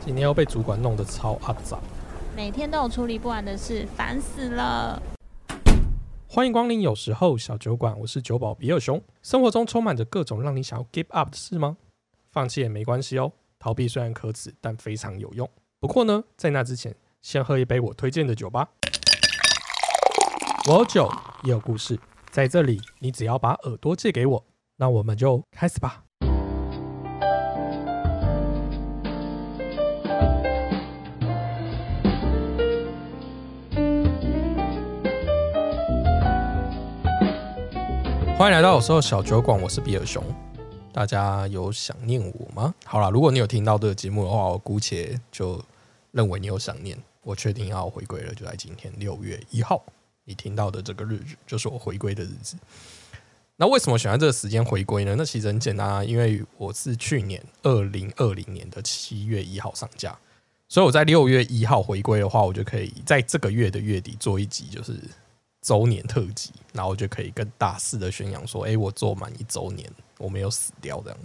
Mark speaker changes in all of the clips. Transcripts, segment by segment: Speaker 1: 今天又被主管弄得超阿杂。
Speaker 2: 每天都有处理不完的事，烦死了。
Speaker 1: 欢迎光临，有时候小酒馆，我是酒保比尔熊。生活中充满着各种让你想要 give up 的事吗？放弃也没关系哦，逃避虽然可耻，但非常有用。不过呢，在那之前，先喝一杯我推荐的酒吧。我有酒，也有故事，在这里，你只要把耳朵借给我，那我们就开始吧。欢迎来到有时候小酒馆，我是比尔熊。大家有想念我吗？好啦，如果你有听到这个节目的话，我姑且就认为你有想念。我确定要回归了，就在今天六月一号，你听到的这个日子就是我回归的日子。那为什么选在这个时间回归呢？那其实很简单啊，因为我是去年二零二零年的七月一号上架，所以我在六月一号回归的话，我就可以在这个月的月底做一集，就是周年特辑，然后就可以更大肆的宣扬说，哎、我做满一周年，我没有死掉这样，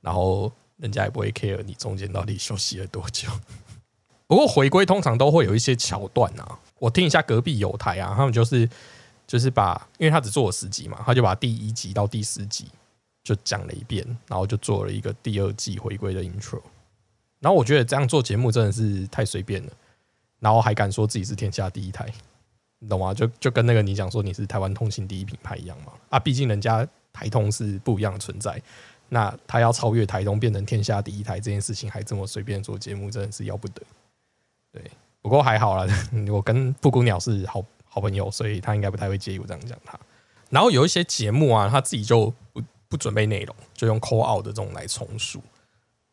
Speaker 1: 然后人家也不会 care 你中间到底休息了多久。不过回归通常都会有一些桥段啊，我听一下隔壁有台啊，他们就是就是把，因为他只做了十集嘛，他就把第一集到第十集就讲了一遍，然后就做了一个第二季回归的 intro。然后我觉得这样做节目真的是太随便了，然后还敢说自己是天下第一台，你懂吗？就就跟那个你讲说你是台湾通信第一品牌一样嘛。啊，毕竟人家台通是不一样的存在，那他要超越台通变成天下第一台这件事情，还这么随便做节目，真的是要不得。对，不过还好啦， 我跟布谷鸟是好好朋友，所以他应该不太会介意我这样讲他。然后有一些节目啊，他自己就不不准备内容，就用 call out 的这种来重述。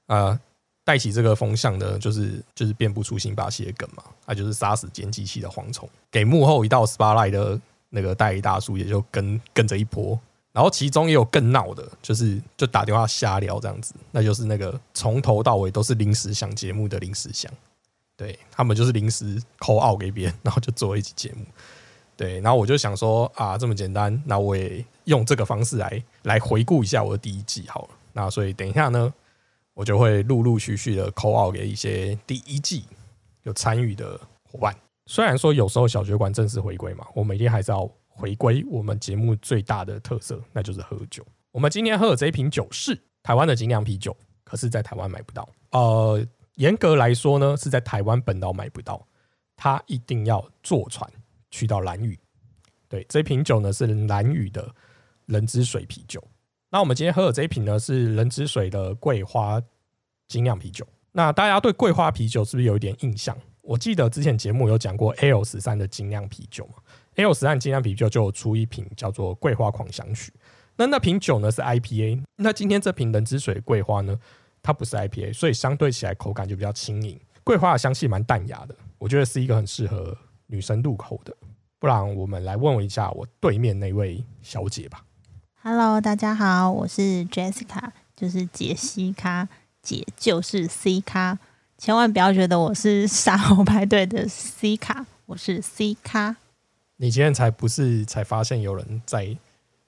Speaker 1: 呃，带起这个风向的，就是就是变不出新巴西的梗嘛，他就是杀死歼击器的蝗虫，给幕后一道 spotlight 的那个代理大叔也就跟跟着一波。然后其中也有更闹的，就是就打电话瞎聊这样子，那就是那个从头到尾都是临时想节目的临时想，对他们就是临时扣 out 给别人， 然后就做了一期节目。对，然后我就想说啊，这么简单，那我也用这个方式来来回顾一下我的第一季好了。那所以等一下呢，我就会陆陆续续的扣 out 给一些第一季有参与的伙伴。虽然说有时候小学馆正式回归嘛，我每天还是要回归我们节目最大的特色，那就是喝酒。我们今天喝的这一瓶酒是台湾的精酿啤酒，可是在台湾买不到。呃，严格来说呢，是在台湾本岛买不到，它一定要坐船去到兰屿。对，这瓶酒呢是兰屿的人之水啤酒。那我们今天喝的这一瓶呢是人之水的桂花精酿啤酒。那大家对桂花啤酒是不是有一点印象？我记得之前节目有讲过 L 十三的精酿啤酒嘛，L 十三精酿啤酒就有出一瓶叫做桂花狂想曲。那那瓶酒呢是 IPA，那今天这瓶人之水桂花呢它不是 IPA，所以相对起来口感就比较轻盈。桂花的香气蛮淡雅的，我觉得是一个很适合女生入口的。不然我们来问一下我对面那位小姐吧。
Speaker 2: Hello，大家好，我是 Jessica，就是杰西卡，姐就是 C 卡，千万不要觉得我是沙猴派对的 C 卡，我是 C 卡。
Speaker 1: 你今天才不是才发现有人在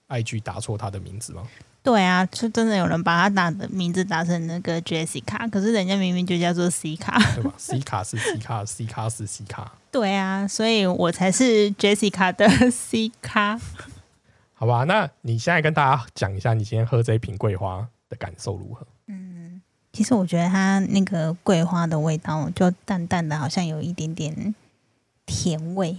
Speaker 1: IG 打错她的名字吗？
Speaker 2: 对啊，就真的有人把他打的名字打成那个 Jessica，可是人家明明就叫做 C 卡。
Speaker 1: 对吧？C 卡是 C 卡，C 卡是 C 卡，
Speaker 2: 对啊，所以我才是 Jessica 的 C 卡。
Speaker 1: 好吧？那你现在跟大家讲一下你今天喝这一瓶桂花的感受如何？
Speaker 2: 其实我觉得它那个桂花的味道就淡淡的，好像有一点点甜味，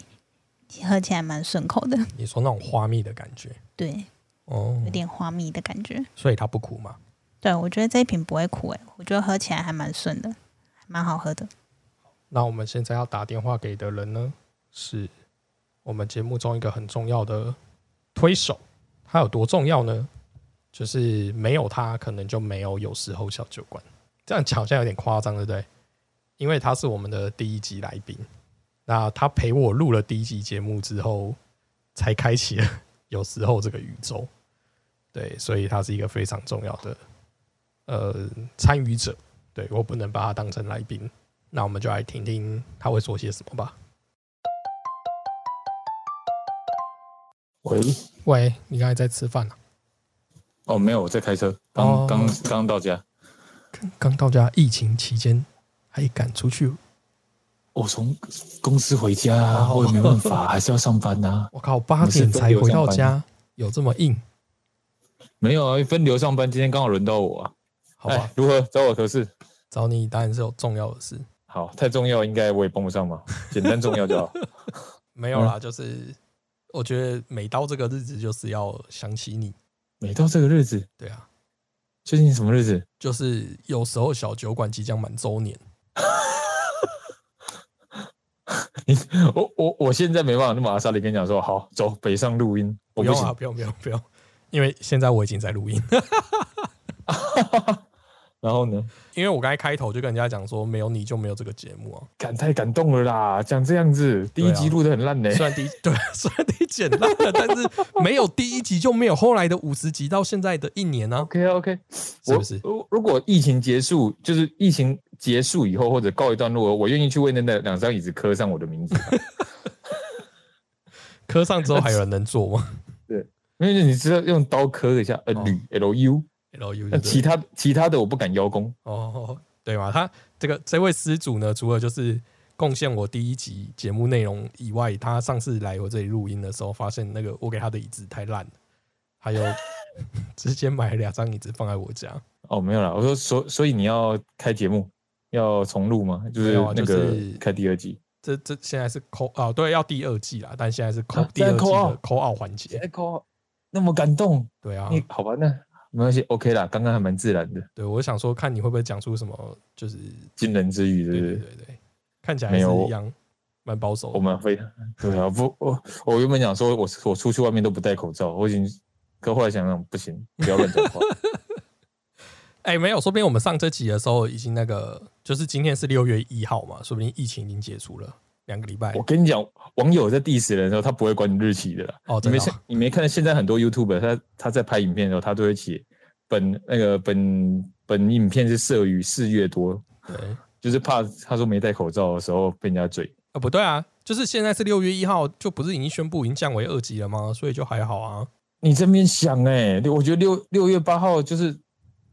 Speaker 2: 喝起来蛮顺口的，
Speaker 1: 你说那种花蜜的感觉
Speaker 2: 对，
Speaker 1: 哦
Speaker 2: 有，点花蜜的感觉。
Speaker 1: 所以它不苦嘛？
Speaker 2: 对，我觉得这一瓶不会苦诶、我觉得喝起来还蛮顺的，还蛮好喝的。
Speaker 1: 那我们现在要打电话给的人呢，是我们节目中一个很重要的推手。他有多重要呢？就是没有他，可能就没有有时候小酒馆。这样讲好像有点夸张，对不对？因为他是我们的第一集来宾，那他陪我录了第一集节目之后，才开启了有时候这个宇宙。对，所以他是一个非常重要的呃参与者。对我不能把他当成来宾，那我们就来听听他会说些什么吧。
Speaker 3: 喂，
Speaker 1: 喂，你刚才在吃饭啊？
Speaker 3: 哦，没有，我在开车，
Speaker 1: 哦
Speaker 3: 刚刚刚到家。
Speaker 1: 刚到家，疫情期间还敢出去？
Speaker 3: 我从公司回家啊，
Speaker 1: 哦
Speaker 3: 我也没办法，还是要上班
Speaker 4: 啊
Speaker 3: 呐、
Speaker 1: 我靠，八点才回到家，有这么硬？
Speaker 4: 没有啊，分流上班，今天刚好轮到我啊。
Speaker 1: 好吧
Speaker 4: 哎，，如何找我合适？
Speaker 1: 找你当然是有重要的事。
Speaker 4: 好，太重要应该我也帮不上忙，简单重要就好。
Speaker 1: 没有啦，就是我觉得每到这个日子，就是要想起你。
Speaker 4: 每到这个日子，
Speaker 1: 对啊，
Speaker 4: 最近什么日子？
Speaker 1: 就是有时候小酒馆即将满周年，
Speaker 4: 我我我现在没办法那么阿莎里跟你讲说，好走北上录音，我
Speaker 1: 不
Speaker 4: 不
Speaker 1: 用
Speaker 4: 行
Speaker 1: 啊，。不用，不用，不用，因为现在我已经在录音，
Speaker 4: 然后呢，
Speaker 1: 因为我刚才开头就跟人家讲说，没有你就没有这个节目啊。
Speaker 4: 感太感动了啦，讲这样子，
Speaker 1: 啊
Speaker 4: 第一集录的很烂呢、
Speaker 1: 虽然第一对， 虽然第一集很烂了，但是没有第一集就没有后来的五十集到现在的一年 啊，
Speaker 4: OK 啊 OK，
Speaker 1: 是不是？
Speaker 4: 我如如果疫情结束，就是疫情结束以后或者告一段落，我愿意去为那那两张椅子刻上我的 名字。
Speaker 1: 磕上之后还有人能做 吗
Speaker 4: 因为你知道用刀刻一下，呃，
Speaker 1: 哦
Speaker 4: 铝 L U，
Speaker 1: ？L U
Speaker 4: 那其他其他的我不敢邀功。
Speaker 1: 哦，对嘛？他这个这位施主呢，除了就是贡献我第一集节目内容以外，他上次来我这里录音的时候，发现那个我给他的椅子太烂了，还有 直接买了两张椅子放在我家。
Speaker 4: 哦，没有啦，我说所所以你要开节目，要重录吗？就是
Speaker 1: 没有啊
Speaker 4: 那
Speaker 1: 就
Speaker 4: 个
Speaker 1: 是
Speaker 4: 开第二集。
Speaker 1: 这这现在是扣哦，对，要第二季啦，但现在是扣
Speaker 4: 啊
Speaker 1: 第二季
Speaker 4: 现在
Speaker 1: 的
Speaker 4: call out
Speaker 1: 扣奥环节。
Speaker 4: 哎靠，那么感动，
Speaker 1: 对啊，
Speaker 4: 你好吧，那没关系，OK 啦，刚刚还蛮自然的，
Speaker 1: 对我想说，看你会不会讲出什么，就是
Speaker 4: 惊人之语，对
Speaker 1: 对
Speaker 4: 不
Speaker 1: 对
Speaker 4: 对？
Speaker 1: 对对，看起来
Speaker 4: 没有
Speaker 1: 是
Speaker 4: 我
Speaker 1: 一样蛮保守
Speaker 4: 我
Speaker 1: 的。
Speaker 4: 们非常 对啊，不，我我原本想说我我出去外面都不戴口罩，我已经，可后来想想不行，不要乱讲话。
Speaker 1: 哎，没有，说不定我们上这集的时候已经那个，就是今天是六月一号嘛，说不定疫情已经结束了两个礼 拜
Speaker 4: 我。跟你讲，网友在 diss 人的时候，他不会管你日期的啦。
Speaker 1: 哦
Speaker 4: 你
Speaker 1: 真
Speaker 4: 没
Speaker 1: 的哦
Speaker 4: 看你没看现在很多 YouTube，他他在拍影片的时候，他都会写本那个本本影片是摄于四月多，
Speaker 1: 对，
Speaker 4: 就是怕他说没戴口罩的时候被人家嘴。
Speaker 1: 啊不对啊，就是现在是六月一号，就不是已经宣布已经降为二级了吗？所以就还好啊。
Speaker 4: 你这边想哎、六我觉得六六月八号就是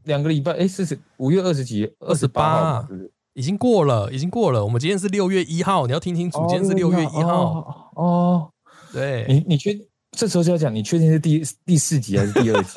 Speaker 4: 两个礼拜，哎、是是五月二十几，二十
Speaker 1: 28
Speaker 4: 八号
Speaker 1: 啊
Speaker 4: 嘛，是不是？
Speaker 1: 已经过了，已经过了。我们今天是六月一号，你要听清楚，今天是哦六月一号。
Speaker 4: 哦哦，
Speaker 1: 对，
Speaker 4: 你你确这时候就要讲，你确定是第第四集还是第二 集？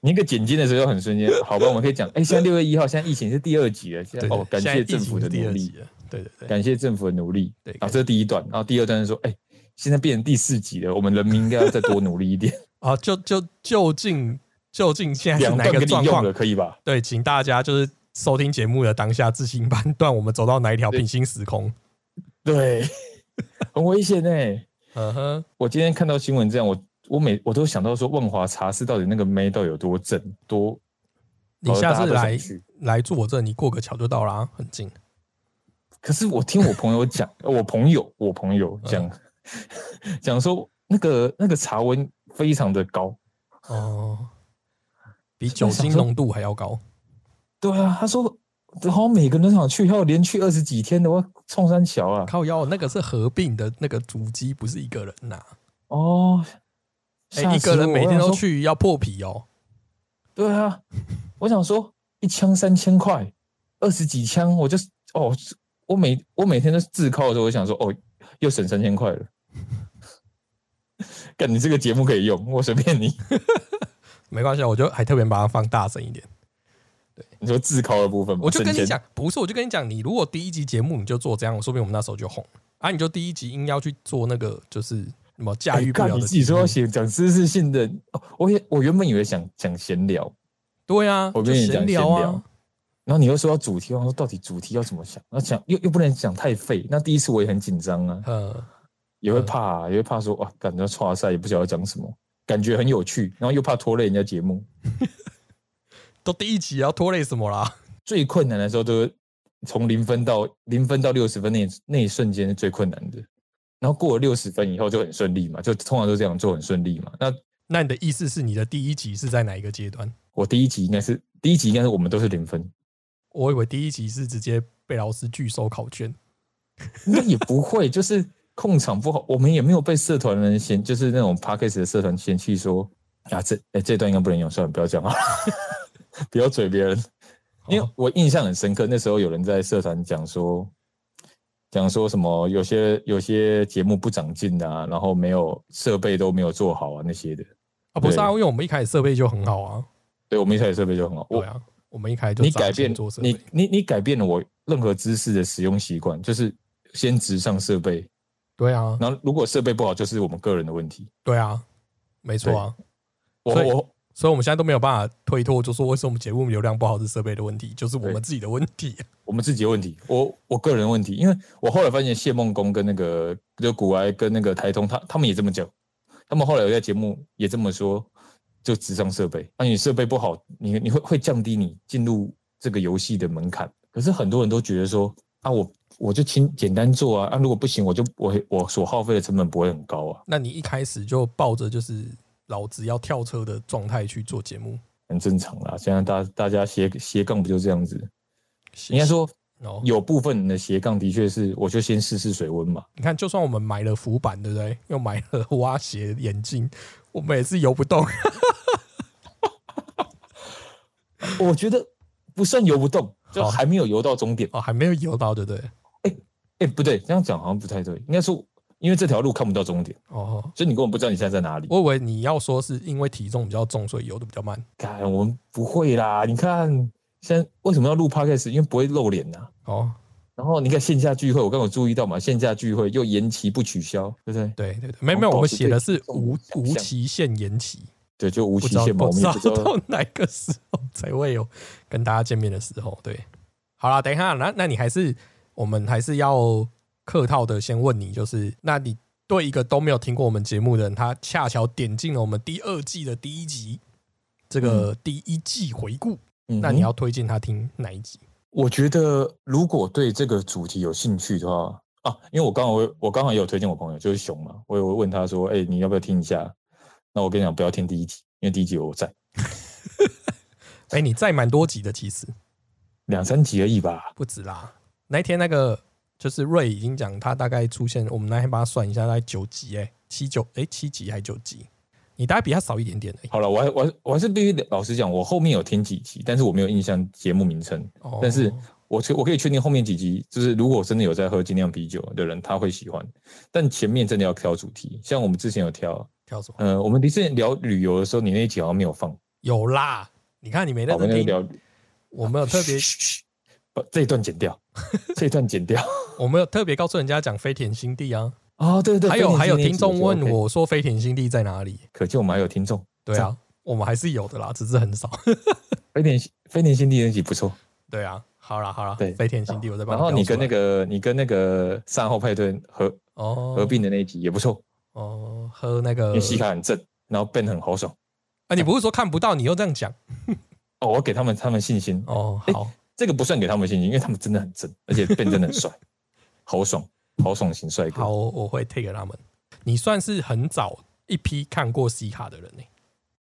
Speaker 4: 你一个剪接的时候就很瞬间，好吧，我们可以讲，哎、现在六月一号，现在疫情是第二集了，现在
Speaker 1: 对，
Speaker 4: 哦，感
Speaker 1: 现在
Speaker 4: 谢
Speaker 1: 疫
Speaker 4: 政府
Speaker 1: 情
Speaker 4: 的
Speaker 1: 是第
Speaker 4: 努
Speaker 1: 二
Speaker 4: 力
Speaker 1: 级，了。对对对
Speaker 4: 感谢政府的努力。
Speaker 1: 对
Speaker 4: 啊，这是第一段，然后第二段是说，哎、现在变成第四集了，我们人民应该要再多努力 一点。
Speaker 1: 啊，就就究竟究竟现在是
Speaker 4: 两
Speaker 1: 哪
Speaker 4: 段
Speaker 1: 个
Speaker 4: 给
Speaker 1: 状
Speaker 4: 你用
Speaker 1: 况
Speaker 4: 了，？可以吧？
Speaker 1: 对，请大家就是收听节目的当下自行判断，我们走到哪一条平行时空。
Speaker 4: 对，很危险哎、
Speaker 1: 嗯哼，
Speaker 4: 我今天看到新闻这样，我我每我都想到说，万华茶室到底那个妹到底有多正多？
Speaker 1: 你下次
Speaker 4: 搞得大家都
Speaker 1: 来
Speaker 4: 想去
Speaker 1: 来住我这，你过个桥就到啦，很近。
Speaker 4: 可是我听我朋友 讲，呃我朋友我朋友
Speaker 1: 嗯
Speaker 4: 讲 讲、说，那个那个茶温非常的高。
Speaker 1: 哦，比
Speaker 4: 所
Speaker 1: 酒
Speaker 4: 以
Speaker 1: 精
Speaker 4: 想说
Speaker 1: 浓度还要高。
Speaker 4: 对啊，他说好像每个人都想去，还有连去二十几天的，我冲山桥啊。
Speaker 1: 靠腰，那个是合并的那个主机，不是一个人呐、
Speaker 4: 哦，
Speaker 1: 哎、
Speaker 4: 吓
Speaker 1: 一
Speaker 4: 死
Speaker 1: 个人
Speaker 4: 我
Speaker 1: 每
Speaker 4: 我
Speaker 1: 天
Speaker 4: 想说。
Speaker 1: 都去要破皮哦。
Speaker 4: 对啊，我想说一枪三千块，二十几枪，我就哦，我每我每天都自扣的时候，我就想说哦，又省三千块了。 干，你这个节目可以用，我随便你。
Speaker 1: 没关系啊，我就还特别把它放大声一点。
Speaker 4: 你说自考的部分吗，
Speaker 1: 我就跟
Speaker 4: 省
Speaker 1: 你
Speaker 4: 钱
Speaker 1: 讲，不是，我就跟你讲，你如果第一集节目你就做这样，说不定我们那时候就红啊。你就第一集硬要去做那个，就是什么驾
Speaker 4: 哎
Speaker 1: 驭不
Speaker 4: 干
Speaker 1: 了
Speaker 4: 你
Speaker 1: 的
Speaker 4: 自己
Speaker 1: 节
Speaker 4: 说
Speaker 1: 目
Speaker 4: 要写讲知识性的，哦我也我原本以为想讲闲聊，
Speaker 1: 对啊，
Speaker 4: 我
Speaker 1: 就
Speaker 4: 跟你
Speaker 1: 闲
Speaker 4: 讲
Speaker 1: 聊
Speaker 4: 闲聊
Speaker 1: 啊，
Speaker 4: 然后你又说要主题，我想说到底主题要怎么想？那讲又又不能讲太废。那第一次我也很紧张啊，
Speaker 1: 呃，
Speaker 4: 也会怕、啊，
Speaker 1: 嗯
Speaker 4: 也会怕说哇，感觉错赛也不晓得讲什么，感觉很有趣，然后又怕拖累人家节目。
Speaker 1: 都第一集要拖累什么啦？
Speaker 4: 最困难的时候都是从零分到零分到六十分那那一瞬间是最困难的，然后过了六十分以后就很顺利嘛，就通常都这样做很顺利嘛。那
Speaker 1: 那你的意思是你的第一集是在哪一个阶段？
Speaker 4: 我第一集应该是第一集应该是我们都是零分，
Speaker 1: 我以为第一集是直接被老师拒收考卷，
Speaker 4: 应该也不会，就是控场不好，我们也没有被社团人嫌，就是那种 p a c k a g e 的社团嫌 弃说啊，这哎、这段应该不能用，算了，不要讲了，不要嘴别人。因为我印象很深刻，那时候有人在社团讲说，讲说什么有些有些节目不长进啊，然后没有设备都没有做好啊那些的。
Speaker 1: 啊，不是啊，
Speaker 4: 对
Speaker 1: 因为我们一开始设备就很好啊，
Speaker 4: 对我们一开始设备就很好，我
Speaker 1: 对啊，我们一开始就
Speaker 4: 你
Speaker 1: 砸
Speaker 4: 改
Speaker 1: 钱
Speaker 4: 变
Speaker 1: 做设备
Speaker 4: 你，你你改变了我任何知识的使用习惯，就是先直上设备，
Speaker 1: 对啊，
Speaker 4: 然后如果设备不好，就是我们个人的问题。
Speaker 1: 对啊，没错啊，
Speaker 4: 我
Speaker 1: 所以
Speaker 4: 我
Speaker 1: 所以我们现在都没有办法推脱，就说为什么我们节目流量不好是设备的问题，就是我们
Speaker 4: 对
Speaker 1: 自己的问题 啊。
Speaker 4: 我们自己的问题，我我个人的问题，因为我后来发现谢梦工跟那个就古埃跟那个台通，他他们也这么讲，他们后来有在节目也这么说，就直上设备，那、你设备不好，你你会会降低你进入这个游戏的门槛。可是很多人都觉得说啊，我我就轻简单做啊，啊如果不行，我就我我所耗费的成本不会很高啊，
Speaker 1: 那你一开始就抱着就是老子要跳车的状态去做节目，
Speaker 4: 很正常啦。现在大大家斜斜杠不就这样子？
Speaker 1: 谢
Speaker 4: 应该说
Speaker 1: 哦，
Speaker 4: 有部分人的斜杠的确是，我就先试试水温嘛。
Speaker 1: 你看，就算我们买了浮板，对不对？又买了蛙鞋眼镜，我们也是游不动。
Speaker 4: 我觉得不算游不动，就
Speaker 1: 好
Speaker 4: 还没有游到终点。
Speaker 1: 哦，还没有游到，对不对？
Speaker 4: 哎、不对，这样讲好像不太对，应该说因为这条路看不到终点，
Speaker 1: 哦，
Speaker 4: 所以你根本不知道你现在在哪里。
Speaker 1: 我以为你要说是因为体重比较重，所以游的比较慢。
Speaker 4: 看我们不会啦，你看现在为什么要录 podcast？因为不会露脸呐、
Speaker 1: 哦，
Speaker 4: 然后你看线下聚会，我刚有注意到嘛，线下聚会又延期不取消，对不对？
Speaker 1: 对对对，没有没
Speaker 4: 保
Speaker 1: 有，
Speaker 4: 持
Speaker 1: 我们写
Speaker 4: 对
Speaker 1: 的是
Speaker 4: 体重
Speaker 1: 无
Speaker 4: 想
Speaker 1: 无
Speaker 4: 象
Speaker 1: 期限延期，
Speaker 4: 对，就无期
Speaker 1: 不知道
Speaker 4: 限嘛，
Speaker 1: 不
Speaker 4: 我们
Speaker 1: 知
Speaker 4: 也
Speaker 1: 道
Speaker 4: 不知道。
Speaker 1: 到哪个时候才会有跟大家见面的时候。对，好啦，等一下，那那你还是我们还是要客套的先问你，就是那你对一个都没有听过我们节目的人，他恰巧点进了我们第二季的第一集，这个第一季回顾，
Speaker 4: 嗯嗯哼
Speaker 1: 那你要推荐他听哪一集？
Speaker 4: 我觉得如果对这个主题有兴趣的话啊，因为我刚好我我刚好也有推荐我朋友，就是熊嘛，我有问他说，哎、你要不要听一下？那我跟你讲，不要听第一集，因为第一集有我在
Speaker 1: 哎、你在蛮多集的，其实
Speaker 4: 两三集而已吧。
Speaker 1: 不止啦。那一天那个就是瑞已经讲，他大概出现，我们那天帮他算一下，大概九集、哎，七九，哎，七集还九集，你大概比他少一点点而已。
Speaker 4: 好了，我还我还我还是必须得老实讲，我后面有听几集，但是我没有印象节目名称。
Speaker 1: 哦
Speaker 4: 但是我确我可以确定后面几集，就是如果我真的有在喝精酿啤酒的人，他会喜欢。但前面真的要挑主题，像我们之前有挑，
Speaker 1: 叫什么？
Speaker 4: 呃，我们之前聊旅游的时候，你那一集好像没有放，
Speaker 1: 有啦，你看你没
Speaker 4: 好
Speaker 1: 认
Speaker 4: 我们
Speaker 1: 真
Speaker 4: 那个
Speaker 1: 听，
Speaker 4: 聊啊
Speaker 1: 我没有特别，
Speaker 4: 嘘嘘把这一段剪掉，这一段剪掉。
Speaker 1: 我没有特别告诉人家讲飞田新地啊。
Speaker 4: 哦，对对，
Speaker 1: 还有
Speaker 4: 飞行
Speaker 1: 还有
Speaker 4: 那一集
Speaker 1: 听众问
Speaker 4: 觉得 OK，
Speaker 1: 我说飞田新地在哪里？
Speaker 4: 可见我们还有听众。
Speaker 1: 对啊，我们还是有的啦，只是很少。
Speaker 4: 飞田飞田新地那集不错，
Speaker 1: 对啊，好啦好啦
Speaker 4: 对，
Speaker 1: 飞田新地我再帮
Speaker 4: 然后你跟
Speaker 1: 标出
Speaker 4: 那
Speaker 1: 来
Speaker 4: 个你跟那个善后派对合
Speaker 1: 哦
Speaker 4: 合并的那一集也不错，
Speaker 1: 哦喝那
Speaker 4: 因
Speaker 1: 个
Speaker 4: 为西卡很正，然后 Ben 很豪爽。
Speaker 1: 啊，你不是说看不到，你又这样讲
Speaker 4: 哦，我给他们他们信心，
Speaker 1: 哦。
Speaker 4: 哎
Speaker 1: 好，
Speaker 4: 这个不算给他们信心，因为他们真的很正，而且 Ben 真的 很帅，豪爽豪爽型帅
Speaker 1: 好，
Speaker 4: 哥。
Speaker 1: 我我会 take 他们。你算是很早一批看过西卡的人呢、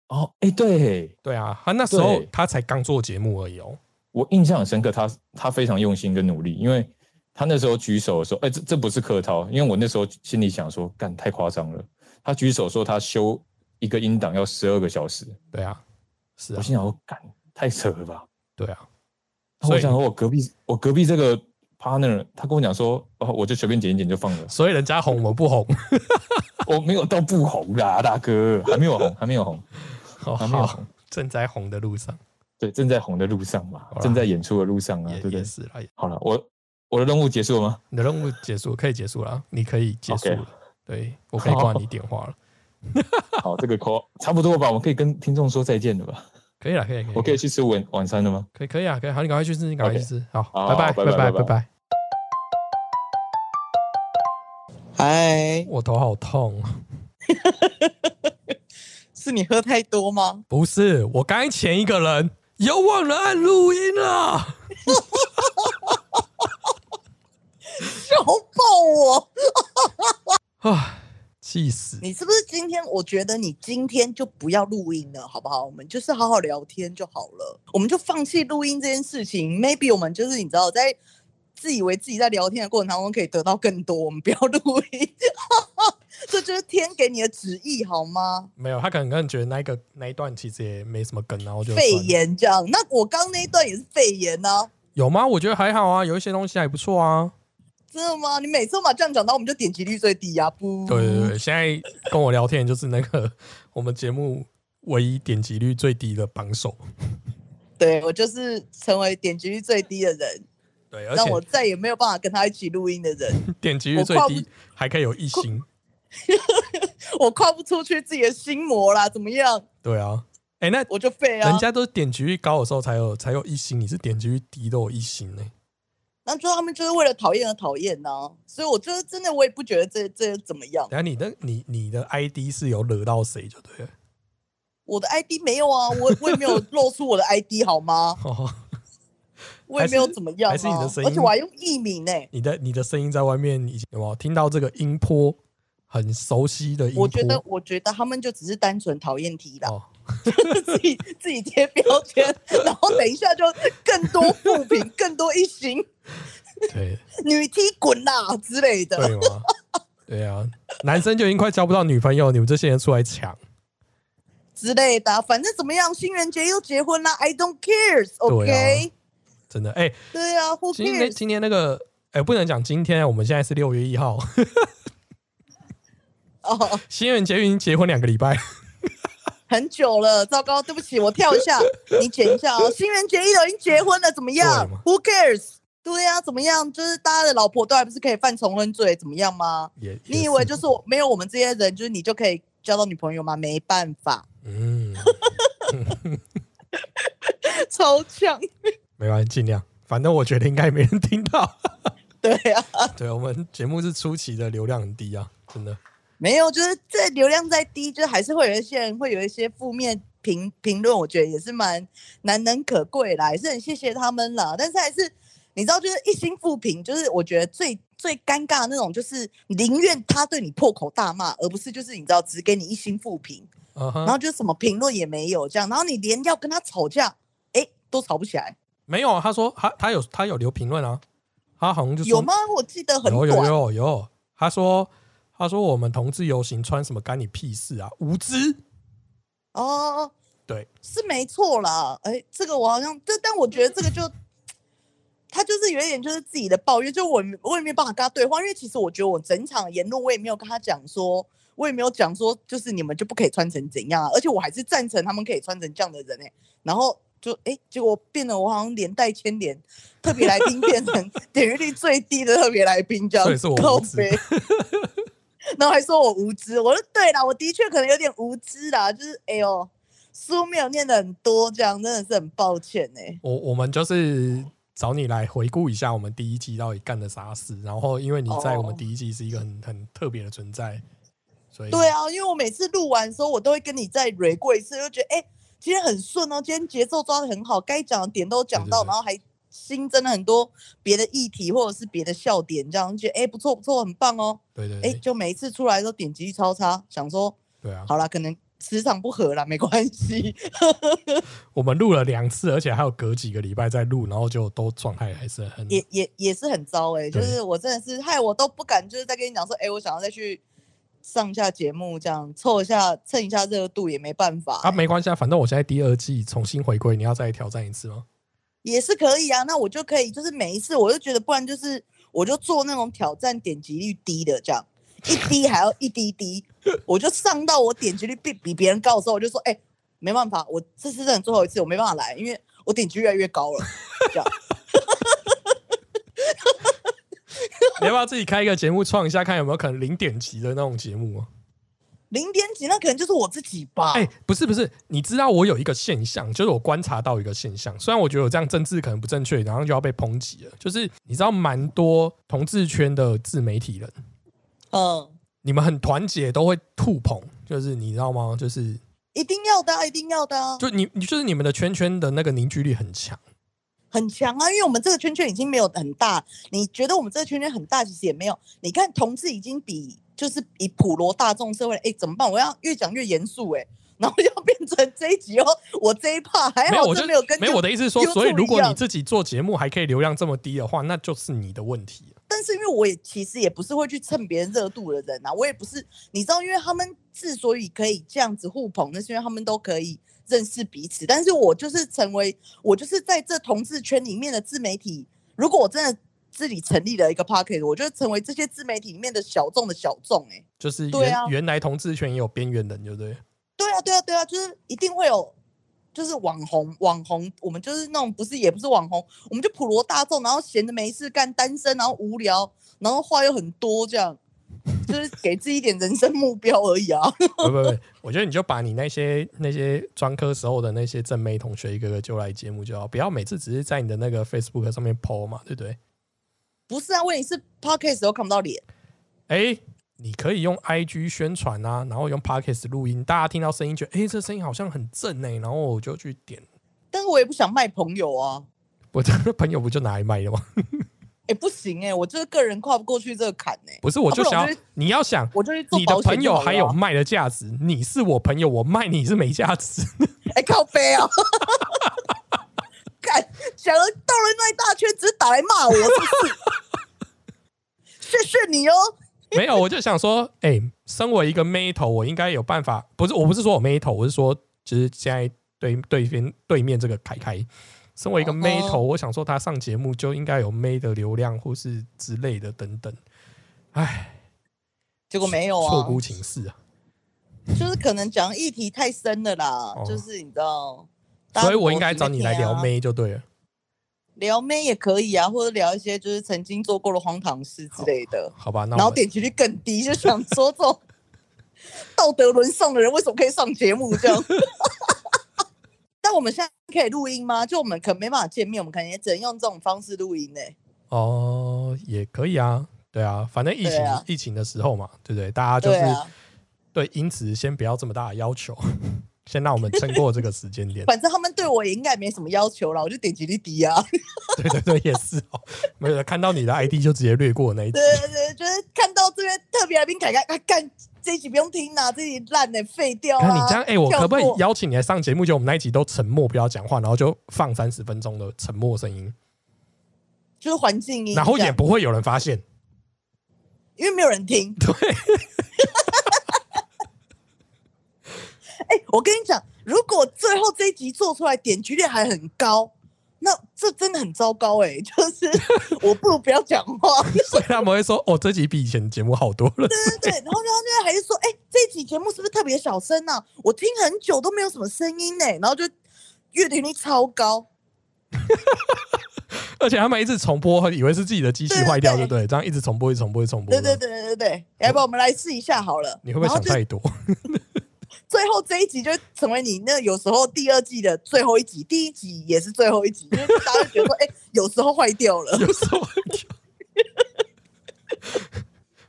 Speaker 4: 哦，哎，对
Speaker 1: 对啊，他那时候
Speaker 4: 对
Speaker 1: 他才刚做节目而已哦。
Speaker 4: 我印象很深刻，他他非常用心跟努力，因为他那时候举手说，哎，这这不是客套，因为我那时候心里想说，干太夸张了。他举手说他修一个音档要十二个小时，
Speaker 1: 对啊，是
Speaker 4: 我
Speaker 1: 啊，
Speaker 4: 心想说，干太扯了吧。
Speaker 1: 对啊。
Speaker 4: 然后
Speaker 1: 所
Speaker 4: 我
Speaker 1: 以，
Speaker 4: 想说，我隔壁我隔壁这个 partner，他跟我讲说，哦，我就随便剪一剪就放了
Speaker 1: 所以人家红我们不红。
Speaker 4: 我没有到不红啦，大哥，还没有红，还没有红。
Speaker 1: 哦，
Speaker 4: 还没有
Speaker 1: 好，正在红的路上，
Speaker 4: 对，正在红的路上嘛
Speaker 1: 啦，
Speaker 4: 正在演出的路上啊，
Speaker 1: 也
Speaker 4: 对不对
Speaker 1: 也？是啦。也
Speaker 4: 好了，我我的任务结束了吗？
Speaker 1: 你的任务结束，可以结束了，啊你可以结束
Speaker 4: OK
Speaker 1: 了。对，我可以挂你电话了。
Speaker 4: 好，这个 call 差不多吧，我可以跟听众说再见了吧？
Speaker 1: 可以了，可以，
Speaker 4: 我可
Speaker 1: 可以
Speaker 4: 以，去吃晚晚餐了吗？
Speaker 1: 可以，可以啊，可以。好，你赶快去吃，你赶快去
Speaker 4: OK
Speaker 1: 吃。好，
Speaker 4: 好
Speaker 1: 拜
Speaker 4: 拜拜
Speaker 1: 拜，
Speaker 4: 拜
Speaker 1: 拜
Speaker 4: 拜
Speaker 1: 拜。
Speaker 5: 嗨，
Speaker 1: 我头好痛，啊
Speaker 5: 是你喝太多 吗？
Speaker 1: 不是，我刚才前一个人又忘了按录音了。
Speaker 5: 笑爆
Speaker 1: 哦
Speaker 5: 我！
Speaker 1: 啊，气死！
Speaker 5: 你是不是今天？我觉得你今天就不要录音了，好不好？我们就是好好聊天就好了，我们就放弃录音这件事情。Maybe 我们就是你知道，在自以为自己在聊天的过程当中可以得到更多，我们不要录音， 这就是天给你的旨意好吗？
Speaker 1: 没有，他可能可能觉得那一个那一段其实也没什么梗，然后就
Speaker 5: 肺
Speaker 1: 算了
Speaker 5: 炎这样，那我刚那一段也是肺炎啊呢、
Speaker 1: 有吗？我觉得还好啊，有一些东西还不错啊。
Speaker 5: 真的吗？你每次都把这样讲到，我们就点击率最低啊！不，
Speaker 1: 对对 对，现在跟我聊天就是那个我们节目唯一点击率最低的榜首。
Speaker 5: 对我就是成为点击率最低的人，
Speaker 1: 对，而
Speaker 5: 让我
Speaker 1: 且
Speaker 5: 再也没有办法跟他一起录音的人，
Speaker 1: 点击率最
Speaker 5: 我跨
Speaker 1: 低
Speaker 5: 不
Speaker 1: 还可以有一星。
Speaker 5: 我跨不出去自己的心魔啦，怎么样？
Speaker 1: 对啊，哎、那
Speaker 5: 我就废啊！
Speaker 1: 人家都是点击率高的时候才有才有一星，你是点击率低都有一星呢、
Speaker 5: 那最后他们就是为了讨厌而讨厌呢、所以我就是真的我也不觉得这这怎么样。
Speaker 1: 等下你的你你的 ID 是有惹到谁就对了。
Speaker 5: 我的 ID 没有啊，我我也没有露出我的 ID 好吗？
Speaker 1: 哦，
Speaker 5: 我也没有怎么样、啊，
Speaker 1: 还是你的声音
Speaker 5: 而且我还用艺名呢、
Speaker 1: 你的你的声音在外面已经有没有听到这个音波？很熟悉的音波。
Speaker 5: 我觉得，我觉得他们就只是单纯讨厌 T 啦，
Speaker 1: 哦，
Speaker 5: 自己自己贴标签，然后等一下就更多负评，更多一行
Speaker 1: 对
Speaker 5: 女 T 滚啦之类的。
Speaker 1: 对吗？对啊，男生就已经快交不到女朋友，你们这些人出来抢，
Speaker 5: 之类的啊，反正怎么样，新人节又结婚啦，I don't
Speaker 1: 对
Speaker 5: cares，OK？
Speaker 1: 真的哎、
Speaker 5: 对啊，Who
Speaker 1: 今天
Speaker 5: cares？
Speaker 1: 今天那个哎、不能讲今天，我们现在是六月一号，
Speaker 5: 哦，
Speaker 1: 新人结已经结婚两个礼拜，
Speaker 5: 很久了，糟糕，对不起，我跳一下，你剪一下哦。新人节一都已经结婚了，怎么样
Speaker 1: 对嘛
Speaker 5: ？Who cares？对呀、啊，怎么样？就是大家的老婆都还不是可以犯重婚罪，怎么样吗？
Speaker 1: 也也
Speaker 5: 你以为
Speaker 1: 是
Speaker 5: 就是我没有我们这些人，就是你就可以交到女朋友吗？没办法，
Speaker 1: 嗯，
Speaker 5: 超强。
Speaker 1: 没关系，尽量，反正我觉得应该没人听到。
Speaker 5: 对啊，
Speaker 1: 对我们节目是初期的流量很低啊，真的。
Speaker 5: 没有，就是这流量再低，就还是会有一些人会有一些负面评评论，我觉得也是蛮难能可贵啦，也是很谢谢他们啦。但是还是你知道，就是一心负评，就是我觉得最最尴尬的那种，就是宁愿他对你破口大骂，而不是就是你知道只给你一心负评，
Speaker 1: 嗯
Speaker 5: 然后
Speaker 1: 哼，
Speaker 5: 就什么评论也没有这样，然后你连要跟他吵架，哎，都吵不起来，
Speaker 1: 没有，啊，他说他他有他有留评论啊，他好像就说
Speaker 5: 有吗？我记得很
Speaker 1: 有
Speaker 5: 短，
Speaker 1: 有有有，他说他说我们同志游行穿什么干你屁事啊，无知。
Speaker 5: 哦，
Speaker 1: 对，
Speaker 5: 是没错啦。哎，这个我好像，但但我觉得这个就，他就是有一点就是自己的抱怨，就我也没我也没办法跟他对话，因为其实我觉得我整场言论我也没有跟他讲说，我也没有讲说就是你们就不可以穿成怎样啊，而且我还是赞成他们可以穿成这样的人哎、然后。就哎，结果变得我好像连带牵连，特别来宾变成 点阅率最低的特别来宾，这样
Speaker 1: 所以是我无
Speaker 5: 靠
Speaker 1: 知
Speaker 5: 北然后还说我无知，我说对啦，我的确可能有点无知啦，就是哎呦，书没有念的很多，这样真的是很抱歉哎、
Speaker 1: 我我们就是找你来回顾一下我们第一季到底干的啥事，然后因为你在
Speaker 5: 哦
Speaker 1: 我们第一季是一个很很特别的存在，所以
Speaker 5: 对啊，因为我每次录完的时候，我都会跟你再蕊过一次，就觉得哎、今天很顺哦，今天节奏抓的很好，该讲的点都讲
Speaker 1: 对
Speaker 5: 到，
Speaker 1: 对对
Speaker 5: 然后还新增了很多别的议题或者是别的笑点，这样就觉得哎、不错不错，很棒哦。
Speaker 1: 对对
Speaker 5: 哎、
Speaker 1: 对、
Speaker 5: 就每一次出来都点击率超差，想说
Speaker 1: 对啊，
Speaker 5: 好啦，可能磁场不合啦，没关系。
Speaker 1: 我们录了两次，而且还有隔几个礼拜再录，然后就都状态还是很
Speaker 5: 也也也是很糟哎、就
Speaker 1: 对
Speaker 5: 是我真的是害我都不敢，就是在跟你讲说，哎、我想要再去上一下节目，这样凑一下蹭一下热度也没办法、
Speaker 1: 啊，没关系啊，反正我现在第二季重新回归，你要再挑战一 次吗？
Speaker 5: 也是可以啊。那我就可以，就是每一次我就觉得，不然就是我就做那种挑战点击率低的这样。一滴还要一滴滴，我就上到我点击率比比别人高的时候，我就说，哎、没办法，我这次真的最后一次，我没办法来，因为我点击率越来越高了， 这样。
Speaker 1: 你要不要自己开一个节目创一下，看有没有可能零点级的那种节目啊？
Speaker 5: 零点几，那可能就是我自己吧。
Speaker 1: 哎、不是不是，你知道我有一个现象，就是我观察到一个现象，虽然我觉得我这样政治可能不正确，然后就要被抨击了，就是你知道蛮多同志圈的自媒体人，
Speaker 5: 嗯，
Speaker 1: 你们很团结，都会吐捧，就是你知道吗？就是
Speaker 5: 一定要的、啊，一定要的、啊。
Speaker 1: 就你你就是你们的圈圈的那个凝聚力很强，
Speaker 5: 很强啊，因为我们这个圈圈已经没有很大，你觉得我们这个圈圈很大，其实也没有。你看同志已经比就是比普罗大众社会，哎，怎么办？我要越讲越严肃、哎，然后要变成这一集哦，我这一趴还
Speaker 1: 没有，
Speaker 5: 哎好，
Speaker 1: 我
Speaker 5: 这
Speaker 1: 就
Speaker 5: 没有跟
Speaker 1: 没有我的意思是说，
Speaker 5: YouTube
Speaker 1: 所以如果
Speaker 5: 一
Speaker 1: 你
Speaker 5: 样
Speaker 1: 自己做节目还可以流量这么低的话，那就是你的问题。
Speaker 5: 但是因为我也其实也不是会去蹭别人热度的人啊，我也不是，你知道，因为他们之所以可以这样子互捧，那是因为他们都可以认识彼此。但是我就是成为我就是在这同志圈里面的自媒体，如果我真的自己成立了一个 pocket，我就成为这些自媒体里面的小众的小众、欸。哎，
Speaker 1: 就是
Speaker 5: 对
Speaker 1: 原、
Speaker 5: 啊
Speaker 1: 原来同志圈也有边缘人，对不对？
Speaker 5: 对啊，对啊，对啊，就是一定会有。就是网红，网红，我们就是那种不是也不是网红，我们就普罗大众，然后闲着没事干，单身，然后无聊，然后话又很多，这样，就是给自己一点人生目标而已啊。
Speaker 1: 不不不，我觉得你就把你那些那些专科时候的那些正妹同学一个个揪来节目就好，不要每次只是在你的那个 Facebook 上面 PO 嘛，对不对？
Speaker 5: 不是啊，问题是 podcast 都看不到脸，
Speaker 1: 哎，你可以用 IG 宣传啊，然后用 Podcast 录音，大家听到声音觉得哎，这声音好像很正哎、然后我就去点，
Speaker 5: 但是我也不想卖朋友啊。
Speaker 1: 我的朋友不就拿来卖了吗？
Speaker 5: 哎、不行哎、我就是个人跨不过去这个坎哎、
Speaker 1: 不是，我就
Speaker 5: 啊不然
Speaker 1: 想
Speaker 5: 我
Speaker 1: 要
Speaker 5: 就
Speaker 1: 你要想。
Speaker 5: 我就去做
Speaker 1: 你的
Speaker 5: 保
Speaker 1: 朋
Speaker 5: 险就
Speaker 1: 友
Speaker 5: 好了啊
Speaker 1: 还有卖的价值，你是我朋友，我卖你是没价 值。
Speaker 5: 哎、靠背啊，干想了到了那一大圈，只是打来骂我，是 不是？谢谢你哦，
Speaker 1: 没有，我就想说，哎、身为一个妹头，我应该有办法。不是，我不是说我妹头，我是说，就是现在对对边对面这个凯凯，身为一个妹
Speaker 5: 哦
Speaker 1: 头，我想说他上节目就应该有妹的流量或是之类的等等。哎，
Speaker 5: 结果没有
Speaker 1: 错
Speaker 5: 啊，
Speaker 1: 估情势啊，
Speaker 5: 就是可能讲议题太深了啦，
Speaker 1: 哦
Speaker 5: 就是你知道，大家
Speaker 1: 所以我
Speaker 5: 都
Speaker 1: 应该找你来聊
Speaker 5: 听啊，
Speaker 1: 妹就对了。
Speaker 5: 聊妹也可以啊，或者聊一些就是曾经做过的荒唐事之类的。
Speaker 1: 好吧，那
Speaker 5: 然
Speaker 1: 我
Speaker 5: 后
Speaker 1: 们
Speaker 5: 点击率更低，就想说 这种道德沦丧的人为什么可以上节目这样？但我们现在可以录音吗？就我们可能没办法见面，我们可能也只能用这种方式录音呢、
Speaker 1: 哦也可以啊，对啊，反正疫情、
Speaker 5: 对啊
Speaker 1: 疫情的时候嘛，对不对？大家就
Speaker 5: 对
Speaker 1: 是
Speaker 5: 啊，
Speaker 1: 对，因此先不要这么大的要求， 先让我们撑过这个时间点。
Speaker 5: 反正他们对我也应该没什么要求了，我就点击率低啊。
Speaker 1: 对对对，也是哦。没有看到你的 ID 就直接略过那一集
Speaker 5: 对。对对，就是看到这边特别来宾凯凯，啊干这一集不用听啦、这一集烂的、废掉
Speaker 1: 那
Speaker 5: 啦、
Speaker 1: 你这样，哎、我
Speaker 5: 啊跳
Speaker 1: 可不可以
Speaker 5: 过
Speaker 1: 邀请你来上节目？就我们那一集都沉默，不要讲话，然后就放三十分钟的沉默声音，
Speaker 5: 就是环境音这样，
Speaker 1: 然后也不会有人发 现。
Speaker 5: 因为没有人听。
Speaker 1: 对，
Speaker 5: 哎、我跟你讲，如果最后这一集做出来点击率还很高，那这真的很糟糕哎、 就是我不如不要 讲话，
Speaker 1: 所以他们会说：“哦，这集比以前节目好多了。
Speaker 5: 对对对。然后然后就还是说，哎、这一集节目是不是特别小声啊？我听很久都没有什么声音哎、然后就阅听率超高。”
Speaker 1: 而且他们一直重播，以为是自己的机器坏掉，对
Speaker 5: 对
Speaker 1: 不对？这样一直重播，一直重播，一直重播。
Speaker 5: 对对。对对对对，要不然我们来试一下好了。
Speaker 1: 你会不会
Speaker 5: 然
Speaker 1: 想
Speaker 5: 后就
Speaker 1: 太多？
Speaker 5: 最后这一集就成为你那有时候第二季的最后一集，第一集也是最后一 集，因为大家就觉得说，哎、有时候坏掉了。
Speaker 1: 有时候会觉得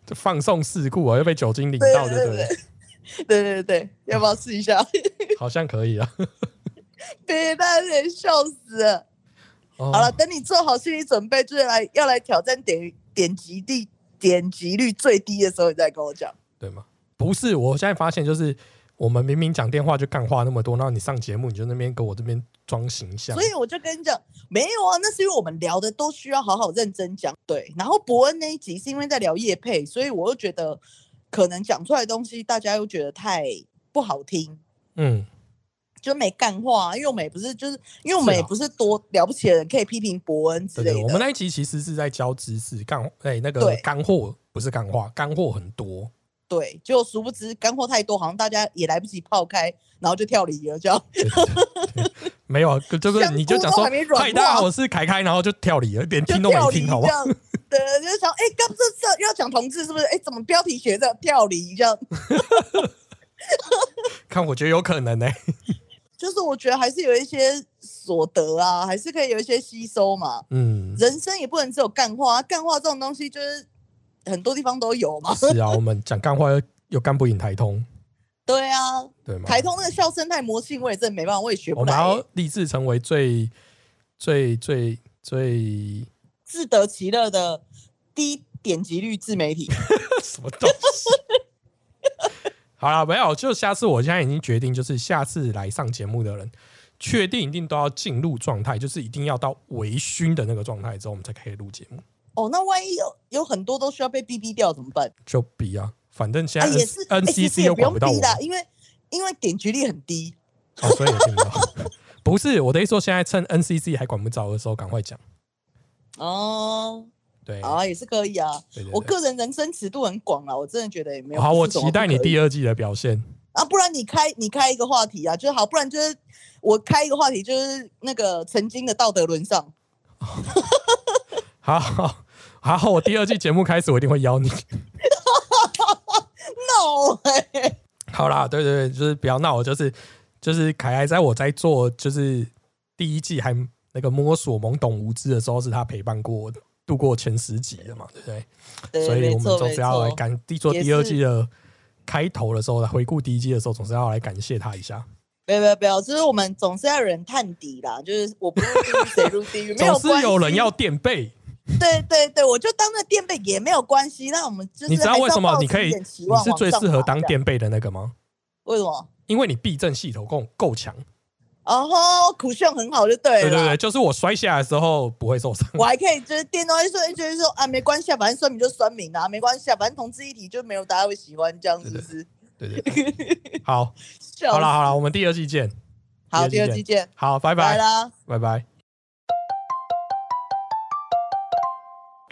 Speaker 1: 就放送事故啊，又被酒精淋到，对不
Speaker 5: 对对
Speaker 1: 对？
Speaker 5: 对对对，要不要试一下？
Speaker 1: 好像可以啊。
Speaker 5: 别大人笑死了。
Speaker 1: 好
Speaker 5: 好了，等你做好心理准备，就是来要来挑战点点击率点击率最低的时候，你再跟我讲。
Speaker 1: 对吗？不是，我现在发现就是我们明明讲电话就干话那么多，然后你上节目你就那边跟我这边装形象
Speaker 5: 所，以我就跟你讲，没有啊，那是因为我们聊的都需要好好认真讲。对，然后伯恩那一集是因为在聊叶配，所以我又觉得可能讲出来的东西大家又觉得太不好听。
Speaker 1: 嗯，
Speaker 5: 就没干话啊、因为我们也不是，就是因为我们
Speaker 1: 是啊
Speaker 5: 也不是多了不起的人，可以批评伯恩之
Speaker 1: 对
Speaker 5: 类
Speaker 1: 对，
Speaker 5: 的。
Speaker 1: 我们那一集其实是在教知识干，哎、那个
Speaker 5: 对
Speaker 1: 干货不是干话，干货很多，
Speaker 5: 对，就殊不知干货太多，好像大家也来不及泡开，然后就跳离了，这样。
Speaker 1: 对对对没有，啊就是
Speaker 5: 香菇
Speaker 1: 你就讲说
Speaker 5: 都还没软化
Speaker 1: 嗨，大家好，我是凯凯，然 后就跳离了，连
Speaker 5: 就
Speaker 1: 听都没
Speaker 5: 跳离
Speaker 1: 听，啊
Speaker 5: 这
Speaker 1: 好 不好？
Speaker 5: 样，对，就是想，哎、刚不是这要讲同志是不是？哎、怎么标题写这跳离这样？
Speaker 1: 看，我觉得有可能呢、欸
Speaker 5: 就是我觉得还是有一些所得啊，还是可以有一些吸收嘛。
Speaker 1: 嗯，
Speaker 5: 人生也不能只有干话啊，干话这种东西就是很多地方都有嘛。
Speaker 1: 是啊，我们讲干话又又干不赢台通，
Speaker 5: 对啊，
Speaker 1: 对哦吗？
Speaker 5: 台通那个笑声太魔性，我也真的没办法，我也学
Speaker 1: 我
Speaker 5: 不
Speaker 1: 们
Speaker 5: 来、
Speaker 1: 要立志成为最最最最
Speaker 5: 自得其乐的 低点击率自媒体。
Speaker 1: 什么东西？好啦，没有，就下次我现在已经决定，就是下次来上节目的人，确定一定都要进入状态，就是一定要到微醺的那个状态之后，我们才可以录节目。
Speaker 5: 哦，那万一有有很多都需要被逼逼掉怎么办？
Speaker 1: 就比啊，反正现
Speaker 5: 啊，
Speaker 1: 在
Speaker 5: 也是，哎
Speaker 1: N
Speaker 5: 其
Speaker 1: C
Speaker 5: 实
Speaker 1: C
Speaker 5: 也
Speaker 1: 又
Speaker 5: 不
Speaker 1: 管
Speaker 5: 用
Speaker 1: 不到我
Speaker 5: 逼
Speaker 1: 们，
Speaker 5: 的，因为因为点击率很低。
Speaker 1: 哦，所以也听不到。 不是我的意思说，现在趁 N C C 还管不着的时候，赶快讲。
Speaker 5: 哦，
Speaker 1: 对，
Speaker 5: 啊，也是可以啊。
Speaker 1: 对对对哦
Speaker 5: 我个人人生尺度很广啊啦，我真的觉得也没有。
Speaker 1: 好，
Speaker 5: 不是
Speaker 1: 我
Speaker 5: 什么
Speaker 1: 期待
Speaker 5: 不
Speaker 1: 你
Speaker 5: 可以
Speaker 1: 第二季的表现。
Speaker 5: 啊，不然你开你开一个话题啊，就好，不然就是我开一个话题，就是那个曾经的道德沦丧。
Speaker 1: 好好好，我第二季节目开始，我一定会邀你。
Speaker 5: No，哎、
Speaker 1: 好啦，对对对，就是不要闹，我就是就是凯凯在我在做就是第一季还那个摸索懵懂无知的时候，是他陪伴过我度过前十集的嘛，对不对？
Speaker 5: 对，
Speaker 1: 所以
Speaker 5: 没
Speaker 1: 我们
Speaker 5: 错
Speaker 1: 总
Speaker 5: 没
Speaker 1: 是要来
Speaker 5: 错
Speaker 1: 感第做
Speaker 5: 也
Speaker 1: 第二
Speaker 5: 是
Speaker 1: 季的开头的时候，回顾第一季的时候，总是要来感谢他一下。
Speaker 5: 没有没有没有，就是我们总是要有人探底啦，就是我不入地狱谁入地狱，没有
Speaker 1: 总是
Speaker 5: 关
Speaker 1: 有人
Speaker 5: 系
Speaker 1: 要垫背，
Speaker 5: 对对对，我就当那垫背也没有关系。那我们就是
Speaker 1: 你知道
Speaker 5: 还是
Speaker 1: 为
Speaker 5: 要
Speaker 1: 什么
Speaker 5: 抱
Speaker 1: 你
Speaker 5: 持
Speaker 1: 可
Speaker 5: 一
Speaker 1: 以
Speaker 5: 点期
Speaker 1: 你
Speaker 5: 望
Speaker 1: 是
Speaker 5: 往
Speaker 1: 最
Speaker 5: 上
Speaker 1: 适合
Speaker 5: 爬
Speaker 1: 当
Speaker 5: 这样？
Speaker 1: 垫背的那个吗？
Speaker 5: 为什么？
Speaker 1: 因为你避震系统够够强，
Speaker 5: 哦吼，苦训很好就对
Speaker 1: 对
Speaker 5: 了。
Speaker 1: 对对，就是我摔下来的时候不会受伤。
Speaker 5: 我还可以就是电动就是就是说啊，没关系，啊，反正酸民就酸民啊，没关系，啊，反正同志一体就没有大家会喜欢这样，是不是？
Speaker 1: 对对对， 好，
Speaker 5: 笑
Speaker 1: 好
Speaker 5: 死
Speaker 1: 了好了，我们第二季见。
Speaker 5: 好，
Speaker 1: 第
Speaker 5: 第
Speaker 1: 二
Speaker 5: 二
Speaker 1: 季
Speaker 5: 季见，
Speaker 1: 好，拜
Speaker 5: 拜
Speaker 1: 拜，
Speaker 5: 啦。
Speaker 1: 拜拜，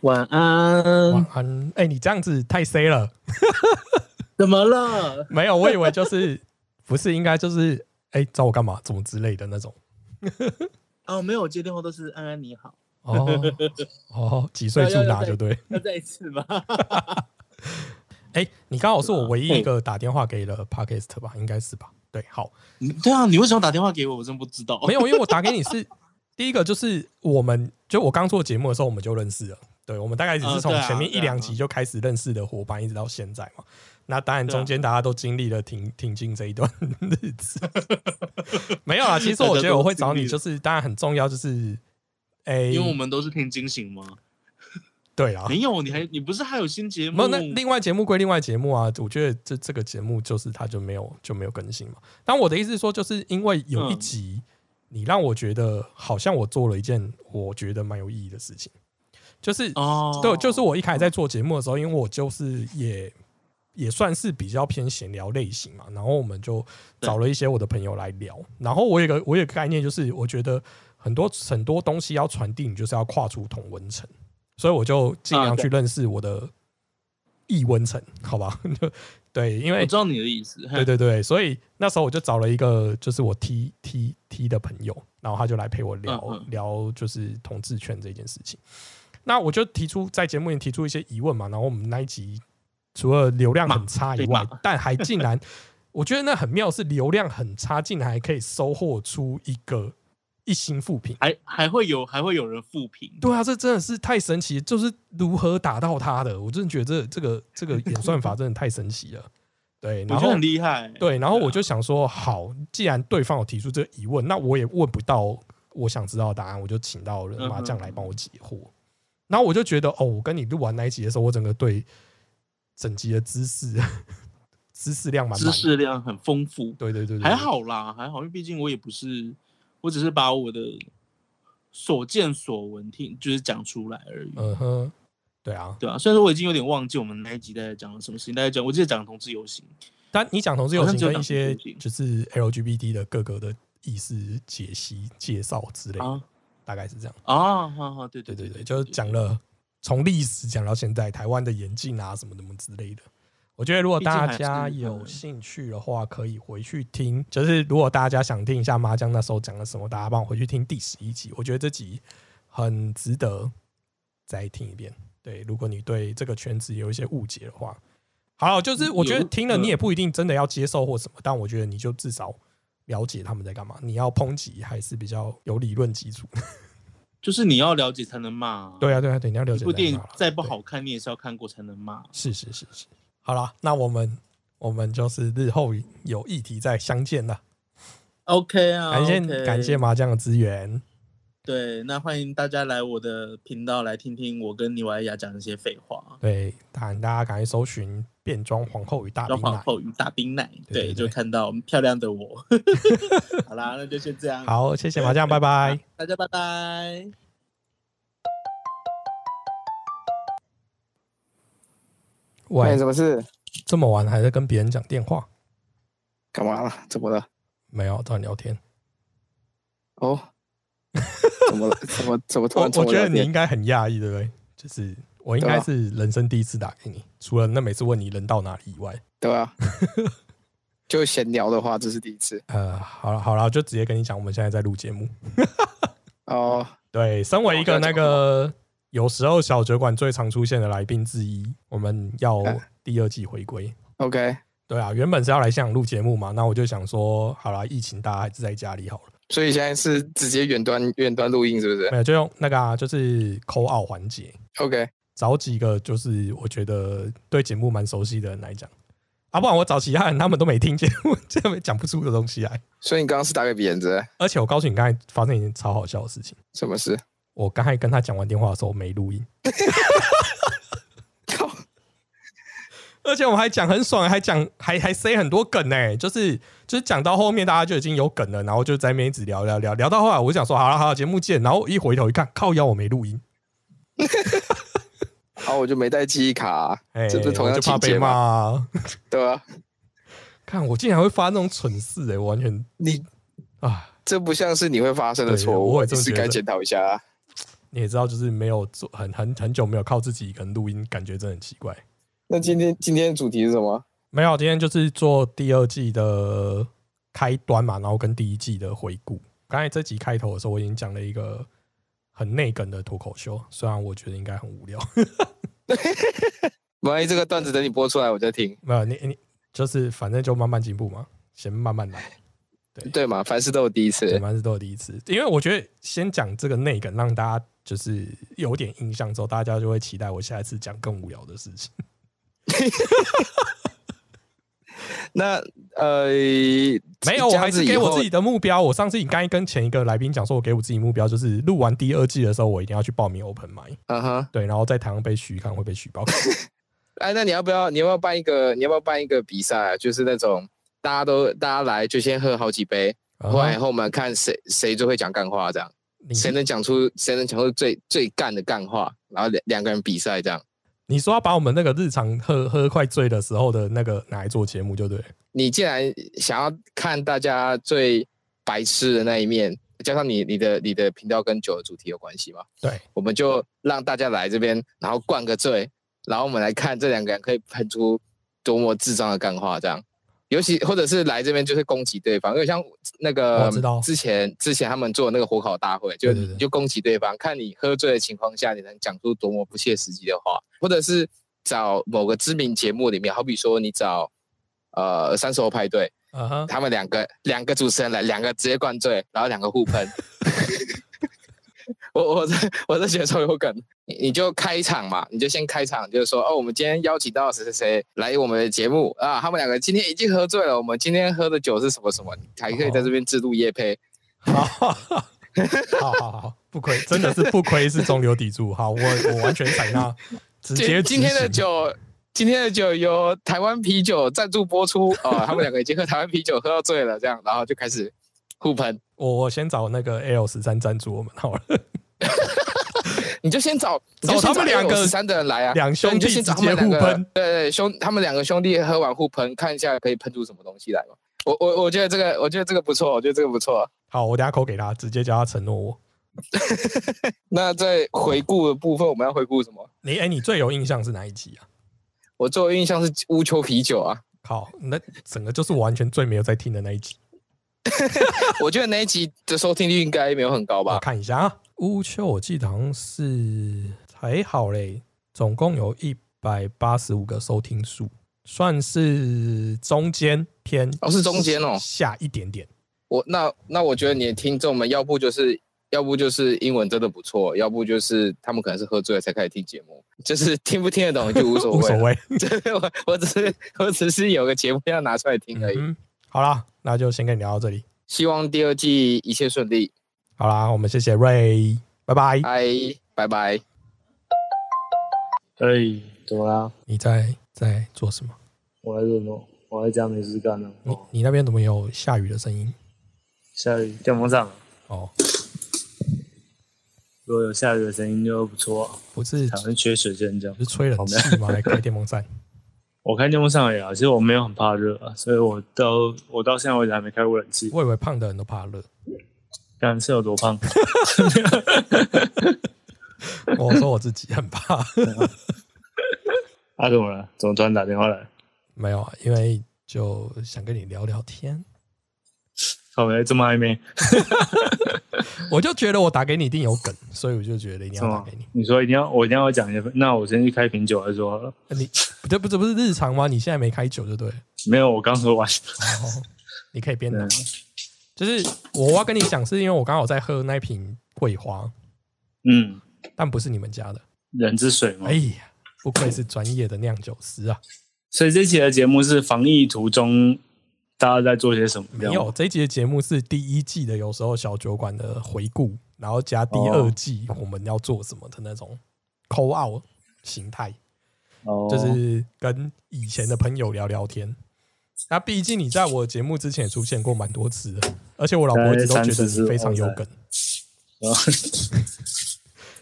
Speaker 3: 晚安
Speaker 1: 晚，安。哎，你这样子太 C 了，
Speaker 3: 怎么了？
Speaker 1: 没有，我以为就是 不是应该就是哎找我干嘛，怎么之类的那种。
Speaker 3: 哦，没有，我接电话都是安安你好，
Speaker 1: 哦哦，几 岁住哪就对。
Speaker 3: 要再一次吗？
Speaker 1: 哎，你刚好是我唯一一
Speaker 3: 啊
Speaker 1: 个打电话给了 Podcast 吧，应该是吧？对，好，
Speaker 3: 对啊，你为什么打电话 给我？我真不知道。
Speaker 1: 没有，因为我打给你是第一个，就是我们就我刚做节目的时候我们就认识了，对，我们大概只是
Speaker 3: 嗯
Speaker 1: 从
Speaker 3: 对啊
Speaker 1: 前面一
Speaker 3: 对啊
Speaker 1: 两集就开始认识的伙伴，一直到现在嘛。那当然，
Speaker 3: 对啊
Speaker 1: 中间大家都经历了挺挺进这一段日子， 没有啊。其实我觉得我会找你，就是当然很重要，就是哎，
Speaker 3: 因为我们都是听惊醒吗？
Speaker 1: 对啊，
Speaker 3: 没有，你还你不是还有新节目？
Speaker 1: 没有那另外节目归另外节目啊，我觉得这这个节目就是它就没有就没有更新嘛。但我的意思是说，就是因为有一
Speaker 3: 嗯
Speaker 1: 集、你让我觉得好像我做了一件我觉得蛮有意义的事情，就是、
Speaker 3: 哦，
Speaker 1: 对，就是我一开始在做节目的时候，因为我就是也也算是比较偏闲聊类型嘛，然后我们就找了一些我的朋友来聊，然后我有个我有个概念，就是我觉得很多很多东西要传递，你就是要跨出同温层，所以我就尽量
Speaker 3: 啊
Speaker 1: 去认识我的异温层，好吧？ 就对，因
Speaker 3: 我
Speaker 1: 为
Speaker 3: 知道你的意思。
Speaker 1: 对对对，所以那时候我就找了一个就是我 T T T 的朋友，然后他就来陪我聊、
Speaker 3: 嗯嗯
Speaker 1: 聊就是同志圈这件事情。那我就提出在节目里提出一些疑问嘛，然后我们那一集除了流量很差以
Speaker 3: 被
Speaker 1: 外
Speaker 3: 骂，
Speaker 1: 但还竟然我觉得那很妙是流量很差，竟然还可以收获出一个一星复评。
Speaker 3: 还还会有还会有人复评，
Speaker 1: 对啊，这真的是太神奇，就是如何打到他的，我真的觉得这这个这个演算法真的太神奇了。对，
Speaker 3: 我
Speaker 1: 然
Speaker 3: 觉得
Speaker 1: 后
Speaker 3: 很厉害。
Speaker 1: 对，然后我
Speaker 3: 啊
Speaker 1: 就想说，好，既然对方有提出这个疑问，那我也问不到我想知道的答案，我就请到了
Speaker 3: 嗯哼
Speaker 1: 麻将来帮我解惑。然后我就觉得，哦，我跟你录完那一集的时候，我整个对整集的知识 知识量满满
Speaker 3: 知
Speaker 1: 的，
Speaker 3: 识量很丰富，
Speaker 1: 对对对对，
Speaker 3: 还
Speaker 1: 对，
Speaker 3: 好啦，还好，因为毕竟我也不是，我只是把我的所见所闻听就是讲出来而已。
Speaker 1: 嗯哼，对啊。
Speaker 3: 对啊，虽然说我已经有点忘记我们那一集大概讲了什么事情，大概讲我记得讲同志游行，
Speaker 1: 但你讲同志友
Speaker 3: 好像
Speaker 1: 情
Speaker 3: 只有
Speaker 1: 跟一
Speaker 3: 讲同志
Speaker 1: 些
Speaker 3: 友情
Speaker 1: 就是 LGBT 的各个的意识解析、介绍之类的
Speaker 3: 啊，
Speaker 1: 大概是这样。
Speaker 3: 啊，好好，对
Speaker 1: 对
Speaker 3: 哦对
Speaker 1: 对对，就是讲了从历史讲到现在台湾的演进啊什么什么之类的。我觉得如果大家有兴趣的话，可以回去听。就是如果大家想听一下麻将那时候讲了什么，大家帮我回去听第十一集。我觉得这集很值得再听一遍。对，如果你对这个圈子有一些误解的话，好，就是我觉得
Speaker 3: 有
Speaker 1: 听了
Speaker 3: 嗯
Speaker 1: 你也不一定真的要接受或什么，但我觉得你就至少了解他们在干嘛。你要抨击还是比较有理论基础。
Speaker 3: 就是你要了解才能骂啊，
Speaker 1: 对啊，对啊，对，你要了
Speaker 3: 一
Speaker 1: 解
Speaker 3: 部
Speaker 1: 在
Speaker 3: 电影
Speaker 1: 干嘛啦
Speaker 3: 再不
Speaker 1: 对
Speaker 3: 好看，你也是要看过才能骂。
Speaker 1: 是是是是，好啦，那我们我们就是日后有议题再相见了。
Speaker 3: OK 啊，
Speaker 1: 感谢
Speaker 3: OK
Speaker 1: 感谢麻将的支援，
Speaker 3: 对，那欢迎大家来我的频道来听听我跟尼瓦亚讲一些废话。
Speaker 1: 对，大大家赶快搜寻“变装皇后与大
Speaker 3: 叫
Speaker 1: 兵
Speaker 3: 皇
Speaker 1: 奶
Speaker 3: 后与大冰奶，
Speaker 1: 对对
Speaker 3: 对，就
Speaker 1: 对
Speaker 3: 看到漂亮的我。 好啦，那就先这”。样，
Speaker 1: 好，谢谢麻将，拜拜。
Speaker 3: 大家拜拜。
Speaker 6: 没
Speaker 1: 喂
Speaker 6: 什，么事，
Speaker 1: 这么晚还在跟别人讲电话？
Speaker 6: 干嘛了？怎么了？
Speaker 1: 没有，找你聊天。
Speaker 6: 哦，怎 么了？怎么怎么突
Speaker 1: 我
Speaker 6: 然冲
Speaker 1: 我觉得
Speaker 6: 聊
Speaker 1: 你
Speaker 6: 天
Speaker 1: 应该很讶异，对不对？就是我应
Speaker 6: 对
Speaker 1: 该
Speaker 6: 啊
Speaker 1: 是人生第一次打给你，除了那每次问你人到哪里以外，
Speaker 6: 对吧、就闲聊的话，这是第一次
Speaker 1: 呃，好了好了，就直接跟你讲，我们现在在录节目。
Speaker 6: 哦。
Speaker 1: 对，身为一个
Speaker 6: 那
Speaker 1: 那
Speaker 6: 我
Speaker 1: 个有时候小酒馆最常出现的来宾之一，我们 要
Speaker 6: 嗯
Speaker 1: 第二季回归。
Speaker 6: OK，
Speaker 1: 对啊，原本是要来香港录节目嘛，那我就想说，好啦，疫情大家还是在家里好了，
Speaker 6: 所以现在是直接远端远端录音，是不是
Speaker 1: 没有就用那个啊，就是扣奥环节，
Speaker 6: ？OK，
Speaker 1: 找几个就是我觉得对节目蛮熟悉的人来讲，啊，不然我找其他人，他们都没听节目， 这样讲不出的东西来。
Speaker 6: 所以你刚刚是打给别人的，
Speaker 1: 而且我告诉你，刚才发生一件超好笑的事情，
Speaker 6: 什么事？
Speaker 1: 我刚才跟他讲完电话的时候没录音，
Speaker 6: 靠，
Speaker 1: 而且我们还讲很爽，还讲还还塞很多梗呢、就是就是讲到后面大家就已经有梗了，然后就在那边一直聊聊聊聊到后来，我就想说好了好了，节目见，然后一回头一看，靠腰我没录音，
Speaker 6: 然啊后我就没带记忆卡啊、
Speaker 1: 哎、
Speaker 6: 这不是同
Speaker 1: 我
Speaker 6: 样
Speaker 1: 就怕
Speaker 6: 情
Speaker 1: 被
Speaker 6: 节
Speaker 1: 骂、
Speaker 6: 吗？
Speaker 1: 啊。
Speaker 6: 对吧、
Speaker 1: 看我竟然会发那种蠢事哎、我完全
Speaker 6: 你
Speaker 1: 啊，
Speaker 6: 这不像是你会发生的
Speaker 1: 对
Speaker 6: 错
Speaker 1: 我
Speaker 6: 误，
Speaker 1: 也
Speaker 6: 你
Speaker 1: 这么
Speaker 6: 是
Speaker 1: 觉得
Speaker 6: 该检讨一下啊、
Speaker 1: 你也知道，就是没有做很很很久没有靠自己一个人录音，感觉真的很奇怪。
Speaker 6: 那今天今天的主题是什么？
Speaker 1: 没有，今天就是做第二季的开端嘛，然后跟第一季的回顾。刚才这集开头的时候，我已经讲了一个很内梗的脱口秀，虽然我觉得应该很无聊。
Speaker 6: 万一这个段子等你播出来我再听，
Speaker 1: 没有，你你就是反正就慢慢进步嘛，先慢慢来，
Speaker 6: 对嘛？凡事都有第一次
Speaker 1: 怎，么是都有第一次。因为我觉得先讲这个内梗，让大家就是有点印象之后，大家就会期待我下一次讲更无聊的事情。
Speaker 6: 那呃，
Speaker 1: 没有，我
Speaker 6: 这样
Speaker 1: 还
Speaker 6: 子
Speaker 1: 是
Speaker 6: 以
Speaker 1: 给我
Speaker 6: 后
Speaker 1: 自己的目标。我上次应该跟前一个来宾讲说，我给我自己目标就是录完第二季的时候，我一定要去报名 Open m i
Speaker 6: 嗯哼，
Speaker 1: 对，然后在台上被许看会被许爆。
Speaker 6: 哎，那你要不要？你要不要办一个？你要不要办一个比赛、啊？就是那种大家都大家来就先喝好几杯，后来
Speaker 1: 啊
Speaker 6: 后我们看谁谁最会讲干话，这样
Speaker 1: 你
Speaker 6: 谁能讲出谁能讲出最最干的干话，然后两两个人比赛这样。
Speaker 1: 你说要把我们那个日常喝喝快醉的时候的那个拿来做节目，就对了。
Speaker 6: 你既然想要看大家最白痴的那一面，加上你你的你的频道跟酒的主题有关系吗？
Speaker 1: 对，
Speaker 6: 我们就让大家来这边，然后灌个醉，然后我们来看这两个人可以喷出多么智障的干话，这样。尤其或者是来这边就是攻击对方，因为像那个
Speaker 1: 我知道
Speaker 6: 之前之前他们做的那个火烤大会，就
Speaker 1: 对对对
Speaker 6: 你就攻击对方，看你喝醉的情况下你能讲出多么不切实际的话，或者是找某个知名节目里面，好比说你找呃三十后派对，
Speaker 1: 啊哈，
Speaker 6: 他们两个两个主持人来，两个直接灌醉，然后两个互喷。 我我这我这觉得超有梗，你你就开场嘛，你就先开场，就是说哦，我们今天邀请到谁谁谁来我们的节目啊，他们两个今天已经喝醉了，我们今天喝的酒是什么什么，你还可
Speaker 1: 哦
Speaker 6: 以在这边制度夜配。
Speaker 1: 好，好好好，不亏，真的是不亏是中流砥柱。好，我我完全采纳，直接
Speaker 6: 今今天的
Speaker 1: 执行
Speaker 6: 酒，今天的酒由台湾啤酒赞助播 出哦，他们两个已经喝台湾啤酒喝到醉了，这样，然后就开始 互喷。
Speaker 1: 我我先找那个 L 十三赞助我们好了，
Speaker 6: 你就先找你就
Speaker 1: 找
Speaker 6: 先
Speaker 1: 他们两个
Speaker 6: 三的人来啊，
Speaker 1: 两兄
Speaker 6: 对你
Speaker 1: 弟
Speaker 6: 就先找他们
Speaker 1: 直接
Speaker 6: 两
Speaker 1: 互
Speaker 6: 个
Speaker 1: 喷
Speaker 6: 对对兄他们两个兄弟喝完互喷，看一下可以喷出什么东西来嘛。我我我觉得这个我觉得这个不错，我觉得这个不错。
Speaker 1: 好，我等下扣给他，直接叫他承诺我。
Speaker 6: 那在回顾的部分，我们要回顾什么？
Speaker 1: 你哎、你最有印象是哪一集啊？
Speaker 6: 我最有印象是乌丘啤酒啊，
Speaker 1: 靠，那整个就是我完全最没有在听的那一集。
Speaker 6: 我觉得那一集的收听率应该没有很高
Speaker 1: 我
Speaker 6: 吧？
Speaker 1: 看一下啊，乌丘我记得好像是还好嘞，总共有一百八十五个收听数，算是中间偏
Speaker 6: 哦，是中间哦。
Speaker 1: 下一点点。
Speaker 6: 我那那我觉得你的听众们，要不就是要不就是英文真的不错，要不就是他们可能是喝醉了才开始听节目，就是 听不听得懂就无所
Speaker 1: 无
Speaker 6: 谓
Speaker 1: 所
Speaker 6: 了。
Speaker 1: 谓，
Speaker 6: 对我我只是我只是有个节目要拿出来听而已。
Speaker 1: 嗯哼，好啦，那就先跟你聊到这里。
Speaker 6: 希望第二季一切顺利。
Speaker 1: 好啦，我们谢谢 Ray，拜拜。
Speaker 6: 嗨，拜拜。
Speaker 7: 哎，怎么啦？
Speaker 1: 你在在做什么？
Speaker 7: 我在这弄，我在家没事干呢。
Speaker 1: 你
Speaker 7: 哦，
Speaker 1: 你那边怎么有下雨的声音？
Speaker 7: 下雨电风扇，啊
Speaker 1: 哦，
Speaker 7: 如果有下雨的声音就不错、啊。
Speaker 1: 不是
Speaker 7: 台湾缺水现象
Speaker 1: 不，是吹冷气吗？还开电风扇？
Speaker 7: 我开电风扇而已啊。其实我没有很怕热啊，所以我到我到现在为止还没开过冷气。
Speaker 1: 我以为胖的人都怕热。
Speaker 7: 看是有多胖？
Speaker 1: 我说我自己很怕，
Speaker 7: 啊，怎么了？怎么突然打电话来？
Speaker 1: 没有啊，因为就想跟你聊聊天。
Speaker 7: 靠北，这么暧昧？
Speaker 1: 我就觉得我打给你一定有梗，所以我就觉得一定
Speaker 7: 什
Speaker 1: 要打
Speaker 7: 么
Speaker 1: 给你。？
Speaker 7: 你说一定要我一定要讲一下？那我先去开瓶酒再说好了。
Speaker 1: 呃你 这不这不是日常吗？你现在没开酒就对了。
Speaker 7: 没有，我刚喝完。
Speaker 1: 哦，你可以边拿
Speaker 7: 嗯。
Speaker 1: 就是我要跟你讲，是因为我刚好在喝那瓶桂花，
Speaker 7: 嗯，
Speaker 1: 但不是你们家的。
Speaker 7: 人之水嘛。
Speaker 1: 哎呀，不愧是专业的酿酒师啊！
Speaker 7: 所以这期的节目是防疫途中大家在做些什么？
Speaker 1: 没有，这一集的节目是第一季的，有时候小酒馆的回顾，然后加第二季我们要做什么的那种 call out 形态，
Speaker 7: 哦，
Speaker 1: 就是跟以前的朋友聊聊天。那毕竟你在我节目之前也出现过蛮多次的，而且我老婆一直都觉得你非常有梗，
Speaker 7: 然后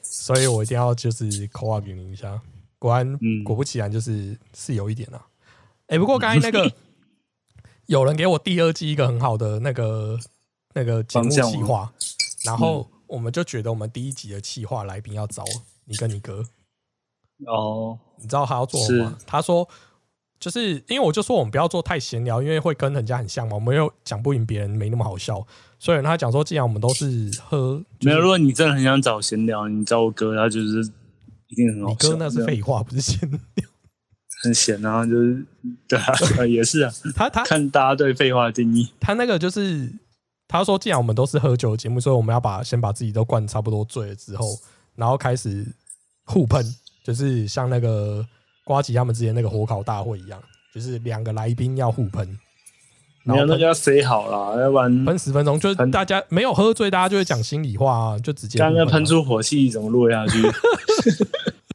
Speaker 1: 所以我一定要就是 call out 给你一下。果然，
Speaker 7: 嗯
Speaker 1: 果不其然，就是是有一点啊。哎、不过刚才那个有人给我第二季一个很好的那个那个节目
Speaker 7: 方向
Speaker 1: 企
Speaker 7: 吗
Speaker 1: 划，然后我们就觉得我们第一集的企划来宾要找你跟你哥，
Speaker 7: 哦，
Speaker 1: 你知道他要做什么吗？他说就是因为我就说我们不要做太闲聊，因为会跟人家很像嘛，我们又讲不赢别人，没那么好笑。所以他讲说，既然我们都是喝，
Speaker 7: 没有。如果你真的很想找闲聊，你找我哥，他就是一定很好
Speaker 1: 你
Speaker 7: 笑。
Speaker 1: 哥那是
Speaker 7: 对啊
Speaker 1: 废话，不是闲聊。
Speaker 7: 很闲啊，就是对啊，对啊也是啊，
Speaker 1: 他他
Speaker 7: 看大家对废话的定义。
Speaker 1: 他那个就是他说，既然我们都是喝酒的节目，所以我们要把先把自己都灌差不多醉了之后，然后开始互喷，就是像那个瓜吉他们之前那个火烤大会一样，就是两个来宾要互喷，
Speaker 7: 没
Speaker 1: 然后
Speaker 7: 有那
Speaker 1: 喷
Speaker 7: 个要 say 好啦，要不然
Speaker 1: 喷十分钟，就是
Speaker 7: 喷
Speaker 1: 大家没有喝醉，大家就会讲心里话、啊，就直接
Speaker 7: 刚
Speaker 1: 互
Speaker 7: 刚
Speaker 1: 喷啊
Speaker 7: 喷出火气怎么录下 去？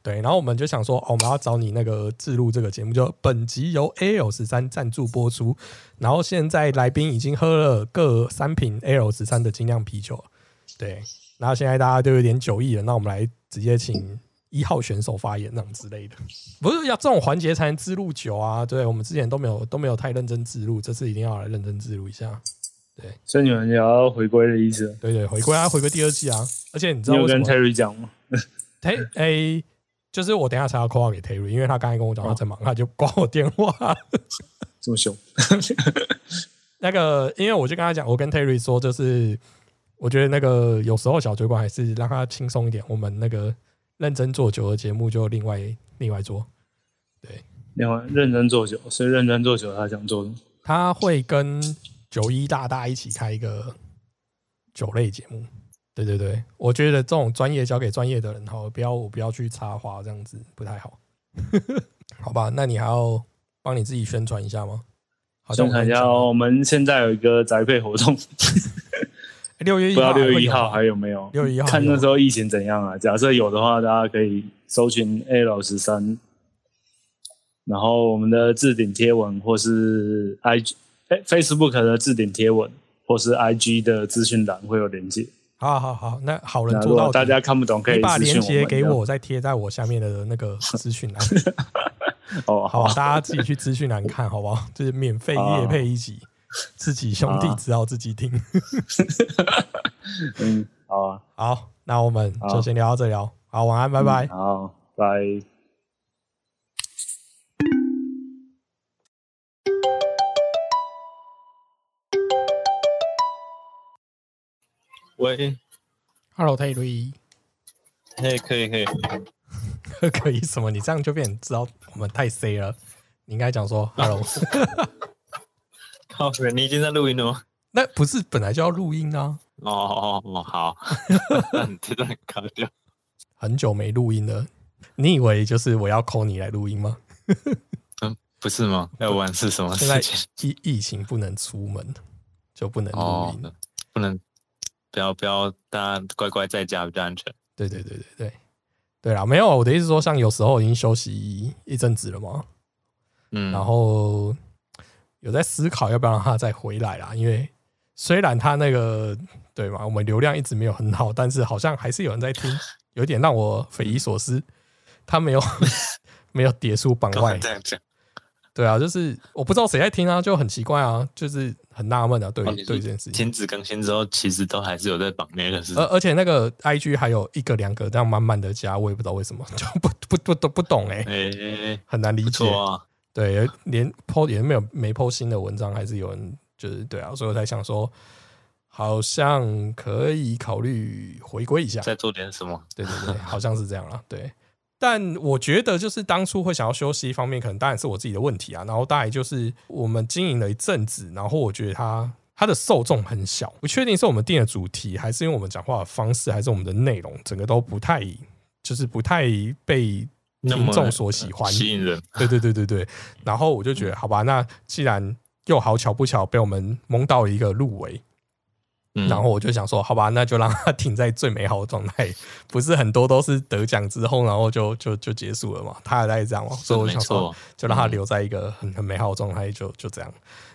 Speaker 1: 对，然后我们就想说，哦，我们要找你那个制录这个节目，就本集由 L 十三赞助播出。然后现在来宾已经喝了各三瓶 L 十三的精酿啤酒了，对。然后现在大家都有点酒意了，那我们来直接请一号选手发言，那种之类的。不是要这种环节才能制录酒啊？对，我们之前都没有都没有太认真制录，这次一定要来认真制录一下。
Speaker 7: 所以你们也要回归的意思。
Speaker 1: 对对，回归啊，回归第二季啊。而且你知
Speaker 7: 你
Speaker 1: 道
Speaker 7: 有
Speaker 1: 为什
Speaker 7: 跟
Speaker 1: 么
Speaker 7: Terry 讲吗？
Speaker 1: t e 诶，就是我等一下才要 call out 给 Terry，因为他刚才跟我讲他在忙，他就挂我电话。
Speaker 7: 哦 这么凶？
Speaker 1: 那个，因为我就跟他讲，我跟 Terry 说，就是我觉得那个有时候小酒馆还是让他轻松一点，我们那个认真做酒的节目就另外另外做。
Speaker 7: 另外，认真做酒，所以认真做酒，他想做什么？
Speaker 1: 他会跟九一大大一起开一个酒类节目。对对对，我觉得这种专业交给专业的人好，不要我不要去插话，这样子不太好。 好吧，那你还要帮你自己宣传一下吗？好
Speaker 7: 宣
Speaker 1: 像我
Speaker 7: 传
Speaker 1: 跟
Speaker 7: 一
Speaker 1: 你
Speaker 7: 下
Speaker 1: 讲
Speaker 7: 哦，
Speaker 1: 了
Speaker 7: 我们现在有一个宅配活动，
Speaker 1: 诶 六月
Speaker 7: 不
Speaker 1: 一
Speaker 7: 知
Speaker 1: 号
Speaker 7: 道
Speaker 1: 还会
Speaker 7: 六
Speaker 1: 有吗，啊
Speaker 7: 月一号还有没有？
Speaker 1: 六月一号
Speaker 7: 看那时
Speaker 1: 候
Speaker 7: 候疫情怎样啊？假设有的话，大家可以搜寻 A 老十三，然后我们的置顶贴文或是 I G、哎 Facebook 的置顶贴文或是 I G 的资讯栏会有连接。
Speaker 1: 好好好，那好人
Speaker 7: 那如
Speaker 1: 做到
Speaker 7: 果
Speaker 1: 底
Speaker 7: 大家看不懂，可以
Speaker 1: 你把
Speaker 7: 私
Speaker 1: 链
Speaker 7: 讯
Speaker 1: 接给
Speaker 7: 我
Speaker 1: 我，再贴在我下面的 那个资讯栏，
Speaker 7: 们这样。哦，
Speaker 1: 好吧？
Speaker 7: 好，
Speaker 1: 大家自己去资讯栏看，好不好？就是免费
Speaker 7: 好
Speaker 1: 夜配一集，自己兄
Speaker 7: 啊
Speaker 1: 弟只好自己听。
Speaker 7: 嗯，好啊，
Speaker 1: 好，那我们就
Speaker 7: 好
Speaker 1: 先聊到这里哦。好，晚安，拜拜。
Speaker 7: 嗯好，拜。
Speaker 8: 喂，
Speaker 1: Hello Terry，
Speaker 8: 嘿，可以可以，
Speaker 1: 可以什么？你这样就变成知道我们太 C 了。你应该讲说 Hello，
Speaker 8: 靠北，你已经在录音了吗？
Speaker 1: 那不是本来就要录音啊，
Speaker 8: 哦哦哦，好， 那你这段卡掉。
Speaker 1: 很久没录音了。你以为就是我要 call 你来录音吗？
Speaker 8: 嗯不是吗？要玩是什么
Speaker 1: 现
Speaker 8: 事
Speaker 1: 在
Speaker 8: 情？
Speaker 1: 疫疫情不能出门，就不能录
Speaker 8: 哦
Speaker 1: 音。，
Speaker 8: 不能不要不要，大家乖乖在家比较安全。
Speaker 1: 对对对对对，对啦，没有，我的意思说，像有时候已经休息一阵子了嘛，
Speaker 8: 嗯，
Speaker 1: 然后有在思考要不要让他再回来啦，因为虽然他那个对嘛，我们流量一直没有很好，但是好像还是有人在听，有点让我匪夷所思，他没有没有跌出榜
Speaker 8: 干嘛
Speaker 1: 外，
Speaker 8: 这样讲，
Speaker 1: 对啊，就是我不知道谁在听啊，就很奇怪啊，就是很纳闷啊，对
Speaker 8: 哦
Speaker 1: 于
Speaker 8: 你是
Speaker 1: 对这件事情。
Speaker 8: 停止更新之后，其实都还是有在榜内的是
Speaker 1: 而而且那个 I G 还有一个两个这样慢慢的加，我也不知道为什么，就不不不都不懂哎、
Speaker 8: 哎哎哎，
Speaker 1: 很难理
Speaker 8: 不
Speaker 1: 解。
Speaker 8: 错啊，
Speaker 1: 对，连 PO 也没有没 PO 新的文章，还是有人就是对啊，所以我才想说，好像可以考虑回归一下。
Speaker 8: 再做点什么。
Speaker 1: 对对对，好像是这样啦。对，但我觉得就是当初会想要休息一方面，可能当然是我自己的问题啊。然后大概就是我们经营了一阵子，然后我觉得它它的受众很小，不确定是我们定的主题，还是因为我们讲话的方式，还是我们的内容，整个都不太就是不太被
Speaker 8: 那
Speaker 1: 听
Speaker 8: 么呃
Speaker 1: 众所喜欢，
Speaker 8: 吸引人，嗯
Speaker 1: 对对对对对。然后我就觉得，好吧，那既然又好巧不巧被我们蒙到一个入围，
Speaker 8: 嗯
Speaker 1: 然后我就想说，好吧，那就让它停在最美好的状态。不是很多都是得奖之后，然后就就就结束了嘛，他还在这样嘛，所以我
Speaker 8: 没
Speaker 1: 想说
Speaker 8: 错，，
Speaker 1: 就让它留在一个很很美好的状态，就就这样。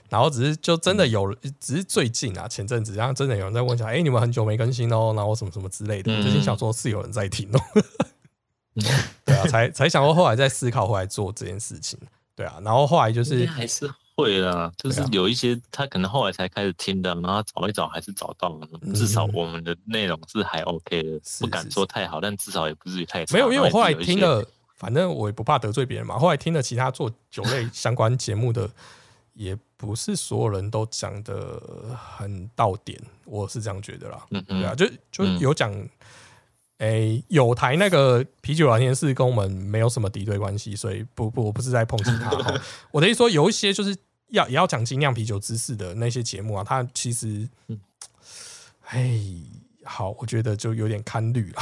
Speaker 1: 然后只是就真的有，只是最近啊，前阵子，然后真的有人在问讲，哎、你们很久没更新哦，然后什么什么之类的，
Speaker 8: 嗯
Speaker 1: 最近想说是有人在听哦， 对啊，才才想说后来再思考回来做这件事情，对啊，然后后来就
Speaker 8: 应
Speaker 1: 是
Speaker 8: 该还是会啦，
Speaker 1: 啊
Speaker 8: 就是有一些他可能后来才开始听的，然后找一找还是找到了，
Speaker 1: 嗯
Speaker 8: 至少我们的内容是还 OK 的，
Speaker 1: 是
Speaker 8: 不敢说太好，但至少也不至于太差。
Speaker 1: 没有，因为我后来
Speaker 8: 然也是
Speaker 1: 听
Speaker 8: 有一些，
Speaker 1: 了，反正我也不怕得罪别人嘛。后来听了其他做酒 类相关节目的，也不是所有人都讲的很到点，我是这样觉得啦。
Speaker 8: 嗯
Speaker 1: 对啊，
Speaker 8: 嗯，
Speaker 1: 就就
Speaker 8: 嗯
Speaker 1: 有讲，诶、有台那个啤酒聊天室跟我们没有什么敌对关系，所以不不，我不是在抨击他 哈。我的意思说，有一些就是要也要讲精酿啤酒知识的那些节目啊，它其实，
Speaker 8: 嗯
Speaker 1: 哎，好，我觉得就有点堪 虑了。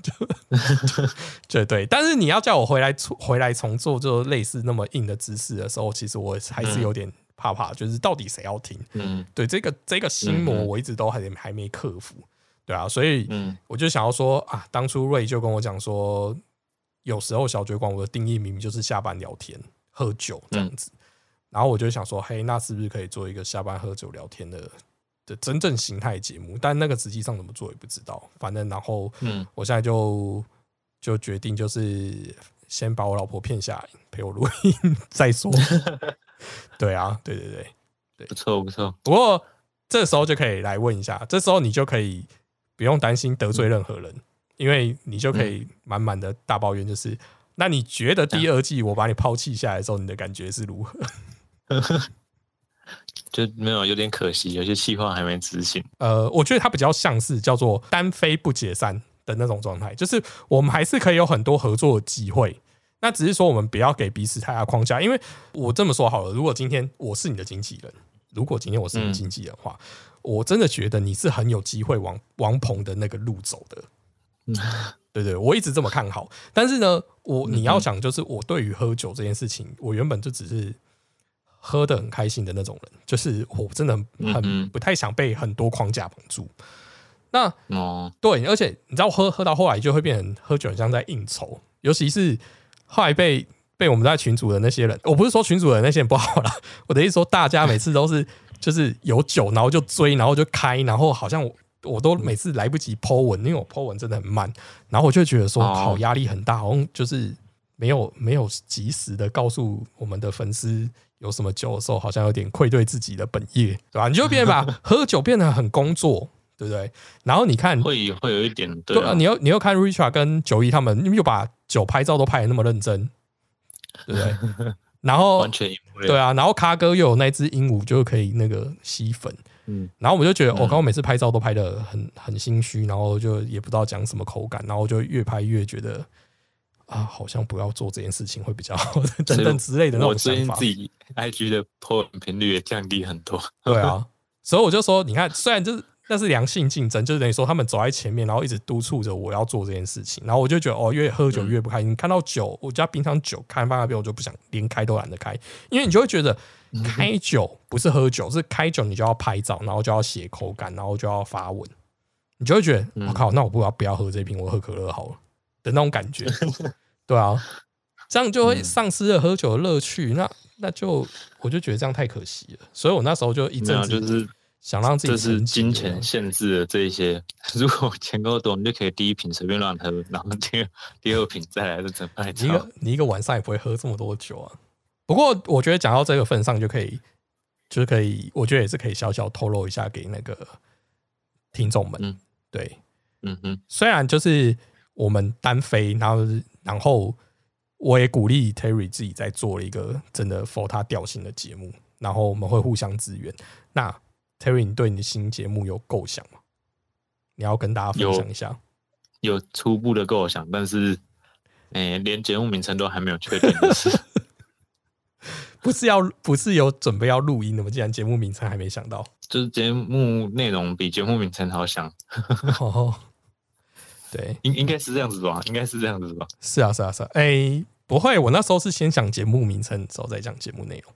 Speaker 1: 就就对对，但是你要叫我回来重回来重做就类似那么硬的知识的时候，其实我还是有点怕怕，就是到底谁要听？
Speaker 8: 嗯
Speaker 1: 对这个这个心魔，
Speaker 8: 嗯嗯
Speaker 1: 我一直都还还没克服，对啊，所以
Speaker 8: 嗯
Speaker 1: 我就想要说啊，当初瑞就跟我讲说，有时候小酒馆我的定义明明就是下班聊天、喝酒这样子，然后我就想说，嘿，那是不是可以做一个下班喝酒聊天的的真正形态节目？但那个实际上怎么做也不知道，反正然后
Speaker 8: 嗯
Speaker 1: 我现在就就决定就是先把我老婆骗下来陪我录音 再说，对啊，对对对。
Speaker 8: 不错不错，
Speaker 1: 不过这时候就可以来问一下，这时候你就可以不用担心得罪任何人，因为你就可以满满的大抱怨，就是、那你觉得第二季我把你抛弃下来的时候，你的感觉是如何？
Speaker 8: 就没有有点可惜，有些计划还没执行。
Speaker 1: 呃，我觉得它比较像是叫做单飞不解散的那种状态，就是我们还是可以有很多合作的机会。那只是说我们不要给彼此太大框架，因为我这么说好了，如果今天我是你的经纪人，如果今天我是你的
Speaker 8: 嗯
Speaker 1: 经纪人的话，我真的觉得你是很有机会往王鹏的那个路走的。嗯对对，我一直这么看好。但是呢，
Speaker 8: 嗯
Speaker 1: 我你要想，就是我对于喝酒这件事情，我原本就只是喝的很开心的那种人，就是我真的很
Speaker 8: 嗯
Speaker 1: 很
Speaker 8: 嗯
Speaker 1: 不太想被很多框架绑住。那
Speaker 8: 哦，
Speaker 1: 对，而且你知道喝喝到后来就会变成喝酒很像在应酬，尤其是后来被被我们在群组的那些人，我不是说群组的那些人不好啦， 我的意思说大家每次都是就是有酒，然后就追，然后就开，然后好像我我都每次来不及 Po 文，因为我 Po 文真的很慢，然后我就觉得说
Speaker 8: 哦
Speaker 1: 好压力很大，好像就是没有没有及时的告诉我们的粉丝有什么酒的时候，好像有点愧对自己的本业，对吧？你就变把 喝酒变得很工作。对不对？然后你看，
Speaker 8: 会会有一点对
Speaker 1: 对
Speaker 8: 啊
Speaker 1: 啊，你又你又看 Richard 跟九一他们，你们又把酒拍照都拍的那么认真，对不对？然后
Speaker 8: 啊完全一模一
Speaker 1: 对
Speaker 8: 样。
Speaker 1: 啊，然后咖哥又有那只鹦鹉，就可以那个吸粉。
Speaker 8: 嗯
Speaker 1: 然后我就觉得，
Speaker 8: 嗯
Speaker 1: 我刚刚每次拍照都拍的很很心虚，然后就也不知道讲什么口感，然后就越拍越觉得啊，好像不要做这件事情会比较好，等等之类的那
Speaker 8: 我
Speaker 1: 种
Speaker 8: 最
Speaker 1: 想
Speaker 8: 近
Speaker 1: 法
Speaker 8: 自。己 IG 的破文频率也降低很多，
Speaker 1: 对啊，所以我就说，你看，虽然就是那是良性竞争，就是等于说他们走在前面，然后一直督促着我要做这件事情，然后我就觉得哦，越喝酒越不开心。看到酒，我家冰箱酒看放那边，我就不想连开都懒得开，因为你就会觉得开酒不是喝酒，是开酒你就要拍照，然后就要写口感，然后就要发文。你就会觉得
Speaker 8: 嗯
Speaker 1: 我靠，那我不要不要喝这瓶，我喝可乐好了的那种感觉。 对啊，这样
Speaker 8: 嗯
Speaker 1: 就会丧失了喝酒的乐趣。那那就我就觉得这样太可惜了，所以我那时候就一
Speaker 8: 没
Speaker 1: 阵
Speaker 8: 有，啊
Speaker 1: 子
Speaker 8: 就是
Speaker 1: 想让自己
Speaker 8: 这是
Speaker 1: 沉寂
Speaker 8: 金
Speaker 1: 了
Speaker 8: 钱限制的这一些。 如果钱够多，你就可以第一瓶随便乱喝，然后第二 第二瓶再来就整排
Speaker 1: 你一
Speaker 8: 掉
Speaker 1: 个。你一个晚上也不会喝这么多酒啊。不过我觉得讲到这个份上，就可以，就是可以，我觉得也是可以小小透露一下给那个听众们。
Speaker 8: 嗯
Speaker 1: 对，
Speaker 8: 嗯哼，
Speaker 1: 虽然就是我们单飞，然后然后我也鼓励 Terry 自己在做了一个真的否他调性的节目，然后我们会互相支援。那 Terry，你对你的新节目有构想吗？你要跟大家分
Speaker 8: 有
Speaker 1: 享一下。
Speaker 8: 有初步的构想，但是诶、连节目名称都还没有确定， 就是
Speaker 1: 不是要不是有准备要录音的吗？既然节目名称还没想到，
Speaker 8: 就是节目内容比节目名称好想，
Speaker 1: 哦，对，
Speaker 8: 应应该是这样子吧？应该是这样子吧？
Speaker 1: 是啊，是啊，是啊，哎、不会，我那时候是先想节目名称，之后再讲节目内容。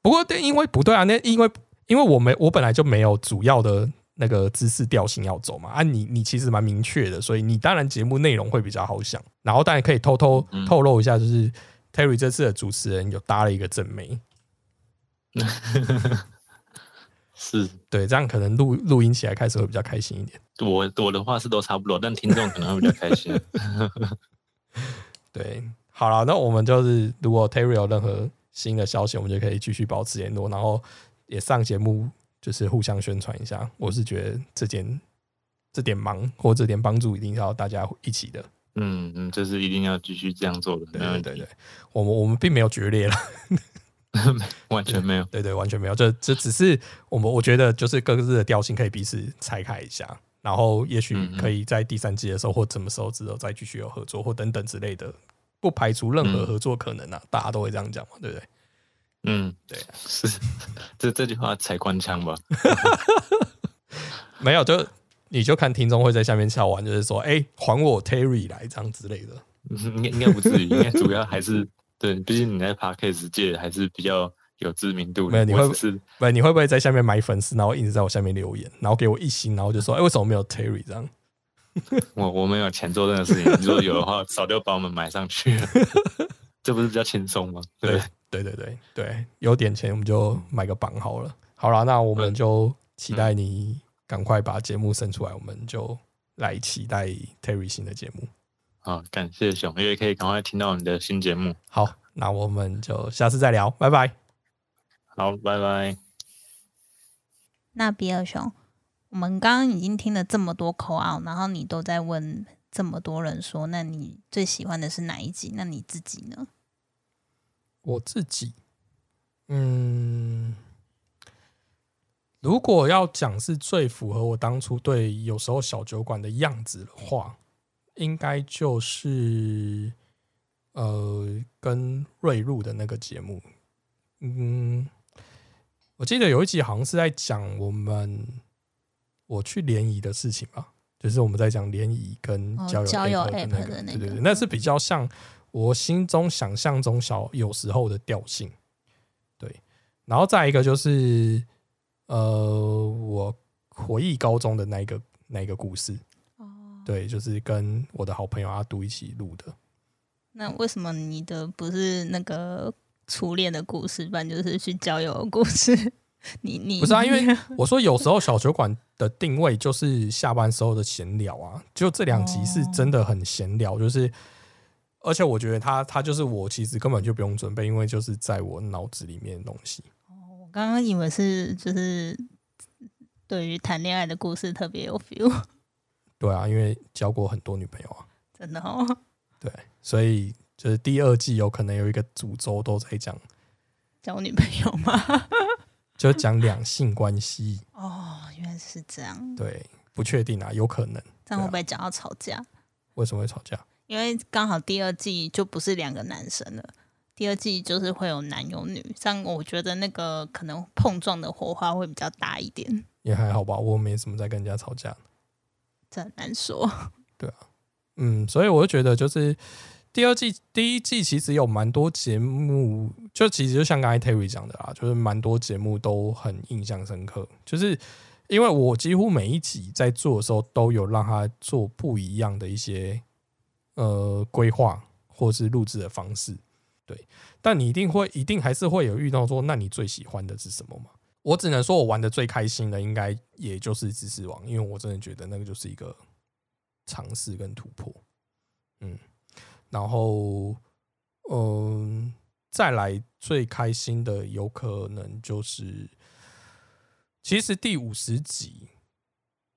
Speaker 1: 不过，对，因为不对啊，那因为因为我没我本来就没有主要的那个知识调性要走嘛，啊你，你其实蛮明确的，所以你当然节目内容会比较好想，然后当然可以偷偷
Speaker 8: 嗯
Speaker 1: 透露一下，就是 Terry 这次的主持人有搭了一个正妹，
Speaker 8: 是
Speaker 1: 对，这样可能录录音起来开始会比较开心一点。
Speaker 8: 我我的话是都差不多，但听众可能会比较开心。
Speaker 1: 对，好了，那我们就是如果 Terry 有任何新的消息，我们就可以继续保持联络，然后也上节目，就是互相宣传一下。我是觉得这点这点忙或这点帮助一定要大家一起的。
Speaker 8: 嗯嗯，就是一定要继续这样做的，
Speaker 1: 对
Speaker 8: 没
Speaker 1: 对
Speaker 8: 问
Speaker 1: 对
Speaker 8: 题
Speaker 1: 对，，我们我们并没有决裂了，
Speaker 8: 完全没有。
Speaker 1: 对对，完全没有，这这只是我们我觉得就是各自的调性可以彼此拆开一下。然后，也许
Speaker 8: 嗯嗯
Speaker 1: 可以在第三季的时候，或什么时候之后再继续有合作，或等等之类的，不排除任何
Speaker 8: 嗯
Speaker 1: 合作可能啊，大家都会这样讲嘛，对不对？
Speaker 8: 嗯，
Speaker 1: 对，
Speaker 8: 是这这句话才官腔吧？
Speaker 1: 没有，就你就看听众会在下面笑完，就是说，哎、还我 Terry 来这样之类的。
Speaker 8: 应 该应该不至于，应该主要还是对，毕竟你在 podcast 界还是比较有知名度
Speaker 1: 没有
Speaker 8: 的。
Speaker 1: 你会
Speaker 8: 我只是
Speaker 1: 不然你会不会在下面买粉丝，然后一直在我下面留言，然后给我一星，然后就说，哎、为什么没有 Terry 这样？
Speaker 8: 我我没有钱做这件事情，如果有的话，早就把我们买上去 了。这不是比较轻松吗？对不对，
Speaker 1: 对对对对，有点钱我们就买个榜好了。好啦，那我
Speaker 8: 嗯
Speaker 1: 们就期待你赶快把节目生出来，我们就来期待 Terry 新的节目。
Speaker 8: 好，感谢熊，因为可以赶快听到你的新节目。
Speaker 1: 好，那我们就下次再聊，拜拜。
Speaker 8: 好，拜拜。
Speaker 2: 那比尔熊，我们刚刚已经听了这么多口号，然后你都在问这么多人说，那你最喜欢的是哪一集？那你自己呢？
Speaker 1: 我自己，嗯，如果要讲是最符合我当初对有时候小酒馆的样子的话，应该就是呃，跟瑞露的那个节目，嗯，我记得有一集好像是在讲我们我去联谊的事情吧，就是我们在讲联谊跟
Speaker 2: 哦
Speaker 1: 交友
Speaker 2: 交友
Speaker 1: app 的
Speaker 2: app 的那
Speaker 1: 对对
Speaker 2: 个
Speaker 1: 对，那是比较像我心中想象中小有时候的调性，对，然后再一个就是呃，我回忆高中的那一个那一个故事，
Speaker 2: 哦，
Speaker 1: 对，就是跟我的好朋友阿杜一起录的，
Speaker 2: 那为什么你的不是那个初恋的故事，不然就是去交友的故事？ 你你
Speaker 1: 不是啊，因为我说有时候小酒馆的定位就是下班时候的闲聊啊，就这两集是真的很闲聊，就是而且我觉得它它就是我其实根本就不用准备，因为就是在我脑子里面的东西。
Speaker 2: 我刚刚以为是就是对于谈恋爱的故事特别有 feel，
Speaker 1: 对啊，因为交过很多女朋友啊，
Speaker 2: 真的哦。
Speaker 1: 对，所以就是第二季有可能有一个主轴都在讲，
Speaker 2: 交女朋友吗？
Speaker 1: 就讲两性关系，
Speaker 2: 哦，原来是这样，
Speaker 1: 对，不确定啊，有可能
Speaker 2: 这样会不
Speaker 1: 对
Speaker 2: 会讲到吵架？
Speaker 1: 为什么会吵架？
Speaker 2: 因为刚好第二季就不是两个男生了，第二季就是会有男有女，这样我觉得那个可能碰撞的火花会比较大一点，
Speaker 1: 也还好吧，我没什么在跟人家吵架。啊
Speaker 2: 这很难说。
Speaker 1: 嗯，所以我就觉得就是第二季、第一季其实有蛮多节目，啊就其实就像刚才 Terry 讲的啦，就是蛮多节目都很印象深刻。就是因为我几乎每一集在做的时候，都有让他做不一样的一些呃规划或是录制的方式。对，但你一定会，一定还是会有遇到说，那你最喜欢的是什么嘛？我只能说我玩的最开心的，应该也就是知识王，因为我真的觉得那个就是一个尝试跟突破。嗯，然后嗯、再来最开心的，有可能就是其实第五十集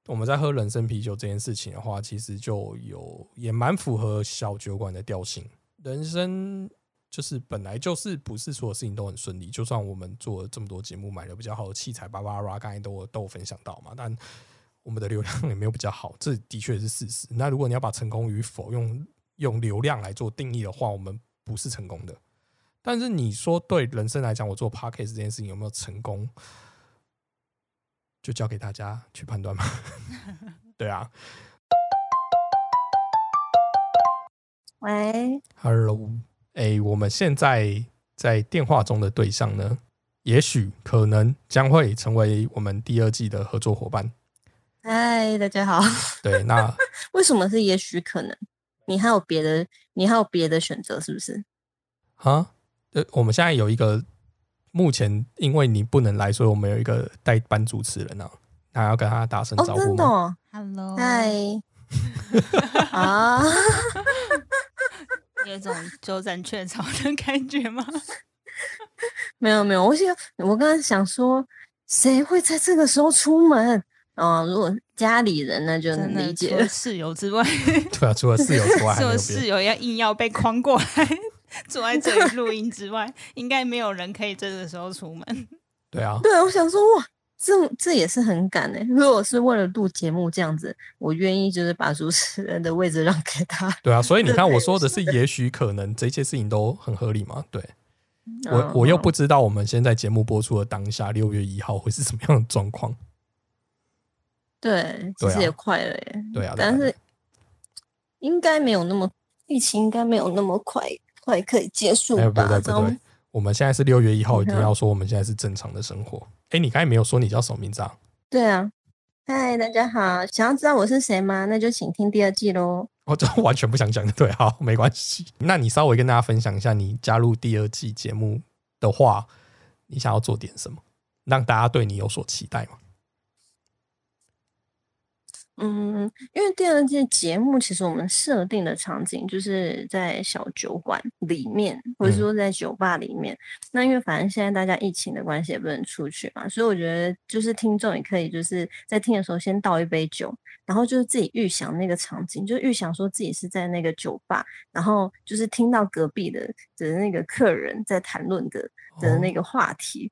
Speaker 1: 我们在喝人参啤酒这件事情的话，其实就有也蛮符合小酒馆的调性。人生就是本来就是不是所有事情都很顺利，就算我们做了这么多节目，买了比较好的器材，巴拉巴拉，刚才都有都有分享到嘛，但我们的流量也没有比较好，这的确是事实。那如果你要把成功与否用用流量来做定义的话，我们不是成功的。但是你说对人生来讲，我做 podcast 这件事情有没有成功，就交给大家去判断吧。 对啊
Speaker 2: 喂，
Speaker 1: ，Hello，哎、我们现在在电话中的对象呢，也许可能将会成为我们第二季的合作伙伴。
Speaker 9: 嗨，大家好。
Speaker 1: 对，那
Speaker 9: 为什么是也许可能？你还有别的，你还有别的选择是不是？
Speaker 1: 啊，呃，我们现在有一个，目前因为你不能来，所以我们有一个代班主持人啊，那要跟他打声
Speaker 9: 哦，
Speaker 1: 招呼
Speaker 9: 真的
Speaker 1: 吗？
Speaker 9: 哦，
Speaker 2: Hello，
Speaker 9: 嗨。 啊，
Speaker 2: 有一种鸠占鹊巢的感觉吗？
Speaker 9: 没有没有，我想我刚刚想说，谁会在这个时候出门？哦，如果家里人那就
Speaker 2: 真
Speaker 9: 能
Speaker 2: 的，
Speaker 9: 理
Speaker 2: 除
Speaker 9: 解
Speaker 2: 了
Speaker 9: 了。
Speaker 2: 室友之外，
Speaker 1: 对啊， 除了室友之外，还
Speaker 2: 除
Speaker 1: 没
Speaker 2: 了
Speaker 1: 有
Speaker 2: 室
Speaker 1: 别
Speaker 2: 友要硬要被框过来坐在这里录音之外，应该没有人可以这个时候出门。
Speaker 1: 对啊，
Speaker 9: 对，我想说哇，这这也是很赶哎、如果是为了录节目这样子，我愿意就是把主持人的位置让给他。
Speaker 1: 对啊，所以你看，
Speaker 9: 对
Speaker 1: 我说的是也许可能这些事情都很合理嘛。对我
Speaker 9: 嗯，
Speaker 1: 我又不知道我们现在节目播出的当下，六月一号会是什么样的状况。
Speaker 9: 对，其
Speaker 1: 对啊
Speaker 9: 实也快了耶。
Speaker 1: 对啊，
Speaker 9: 但
Speaker 1: 对啊
Speaker 9: 是应该没有那么疫情，应该没有那么快快可以结束
Speaker 1: 哎，不
Speaker 9: 吧？
Speaker 1: 对
Speaker 9: 这
Speaker 1: 不
Speaker 9: 样
Speaker 1: 对，我们现在是六月一号，一定
Speaker 9: 嗯
Speaker 1: 要说我们现在是正常的生活。哎，你刚才没有说你叫什么名字啊？
Speaker 9: 对啊。嗨，大家好，想要知道我是谁吗？那就请听第二季喽。
Speaker 1: 我哦这完全不想讲，对，好，没关系。那你稍微跟大家分享一下，你加入第二季节目的话，你想要做点什么，让大家对你有所期待嘛？
Speaker 9: 嗯，因为第二季节目其实我们设定的场景就是在小酒馆里面，或者
Speaker 1: 嗯
Speaker 9: 说在酒吧里面。那因为反正现在大家疫情的关系也不能出去嘛，所以我觉得就是听众也可以就是在听的时候先倒一杯酒，然后就是自己预想那个场景，就预想说自己是在那个酒吧，然后就是听到隔壁的的那个客人在谈论的的那个话题。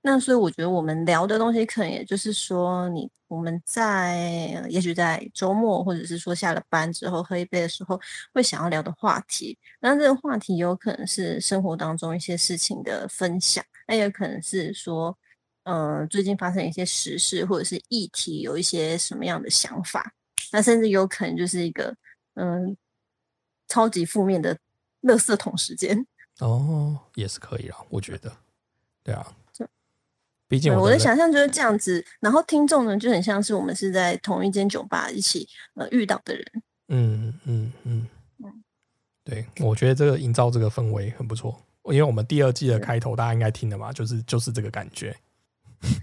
Speaker 9: 那所以我觉得我们聊的东西，可能也就是说你，我们在也许在周末，或者是说下了班之后喝一杯的时候，会想要聊的话题。那这个话题有可能是生活当中一些事情的分享，那也可能是说，呃，最近发生一些时事或者是议题，有一些什么样的想法。那甚至有可能就是一个，嗯、超级负面的垃圾桶时间。
Speaker 1: 哦，也是可以啦，我觉得，对啊，毕竟
Speaker 9: 对
Speaker 1: 我
Speaker 9: 我
Speaker 1: 的
Speaker 9: 的
Speaker 1: 人
Speaker 9: 想象就是这样子，然后听众呢就很像是我们是在同一间酒吧一起呃遇到的人，
Speaker 1: 嗯嗯嗯，对，我觉得这个营造这个氛围很不错，因为我们第二季的开头大家应该听了嘛，就是就是这个感觉。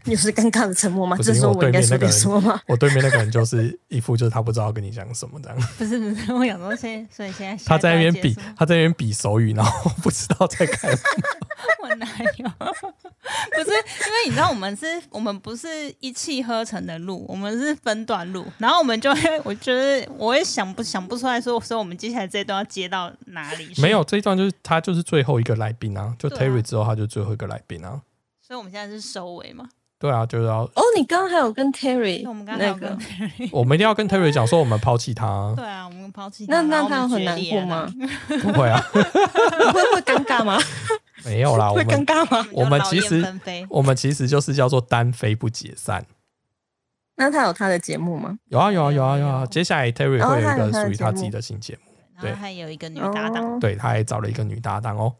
Speaker 9: 又是尴尬的沉默吗？
Speaker 1: 不
Speaker 9: 啊这
Speaker 1: 是因
Speaker 9: 时
Speaker 1: 为
Speaker 9: 候
Speaker 1: 我
Speaker 9: 我
Speaker 1: 对
Speaker 9: 应该
Speaker 1: 面那
Speaker 9: 说
Speaker 1: 个
Speaker 9: 点什么
Speaker 1: 人
Speaker 9: 吗？，
Speaker 1: 我对面那个人就是一副就是他不知道跟你讲什么 这样。
Speaker 2: 不是不是，我想说现 在，所以现在
Speaker 1: 他在那边比
Speaker 2: 下一段要结束吗，
Speaker 1: 他在那边比手语，然后不知道在 干嘛。
Speaker 2: 我哪有？ 不是因为你知道，我们是我们不是一气呵成的录，我们是分段录，然后我们就会，我觉得我也想不想不出来说，所以我们接下来这一段要接到哪里？
Speaker 1: 没有，这一段就是他就是最后一个来宾啊，就
Speaker 2: 对啊
Speaker 1: Terry 之后他就最后一个来宾啊。
Speaker 2: 所以我们现在是收尾嘛？
Speaker 1: 对啊，就是要
Speaker 9: 哦，你刚刚还有跟 Terry
Speaker 2: 因为我们刚刚
Speaker 9: 那
Speaker 2: 有
Speaker 9: 个
Speaker 2: 跟，
Speaker 1: 我们一定要跟 Terry 讲说我们抛弃他啊，
Speaker 2: 对啊，我们抛弃
Speaker 9: 那
Speaker 2: 然
Speaker 9: 那
Speaker 2: 后我
Speaker 9: 他
Speaker 2: 们
Speaker 9: 很
Speaker 2: 决
Speaker 9: 难
Speaker 2: 裂啊
Speaker 9: 过
Speaker 2: 了
Speaker 9: 吗？？
Speaker 1: 不会 啊，
Speaker 9: 会会尴尬吗？
Speaker 1: 没有啦，我
Speaker 9: 会尴
Speaker 1: 们
Speaker 9: 尬吗？
Speaker 1: 我们
Speaker 2: 就
Speaker 1: 其
Speaker 2: 劳燕
Speaker 1: 实
Speaker 2: 分飞
Speaker 1: 我们其实就是叫做单飞不解散。
Speaker 9: 那他有他的节目吗？
Speaker 1: 有啊有啊有啊有
Speaker 2: 有
Speaker 1: 啊，接下来 Terry
Speaker 9: 哦
Speaker 1: 会有一
Speaker 9: 他有
Speaker 1: 个
Speaker 9: 他的
Speaker 1: 属于
Speaker 9: 节
Speaker 1: 他自己
Speaker 9: 目
Speaker 1: 的新节目，
Speaker 2: 然后还有一个女搭档，
Speaker 9: 哦，
Speaker 1: 对，他还找了一个女搭档哦。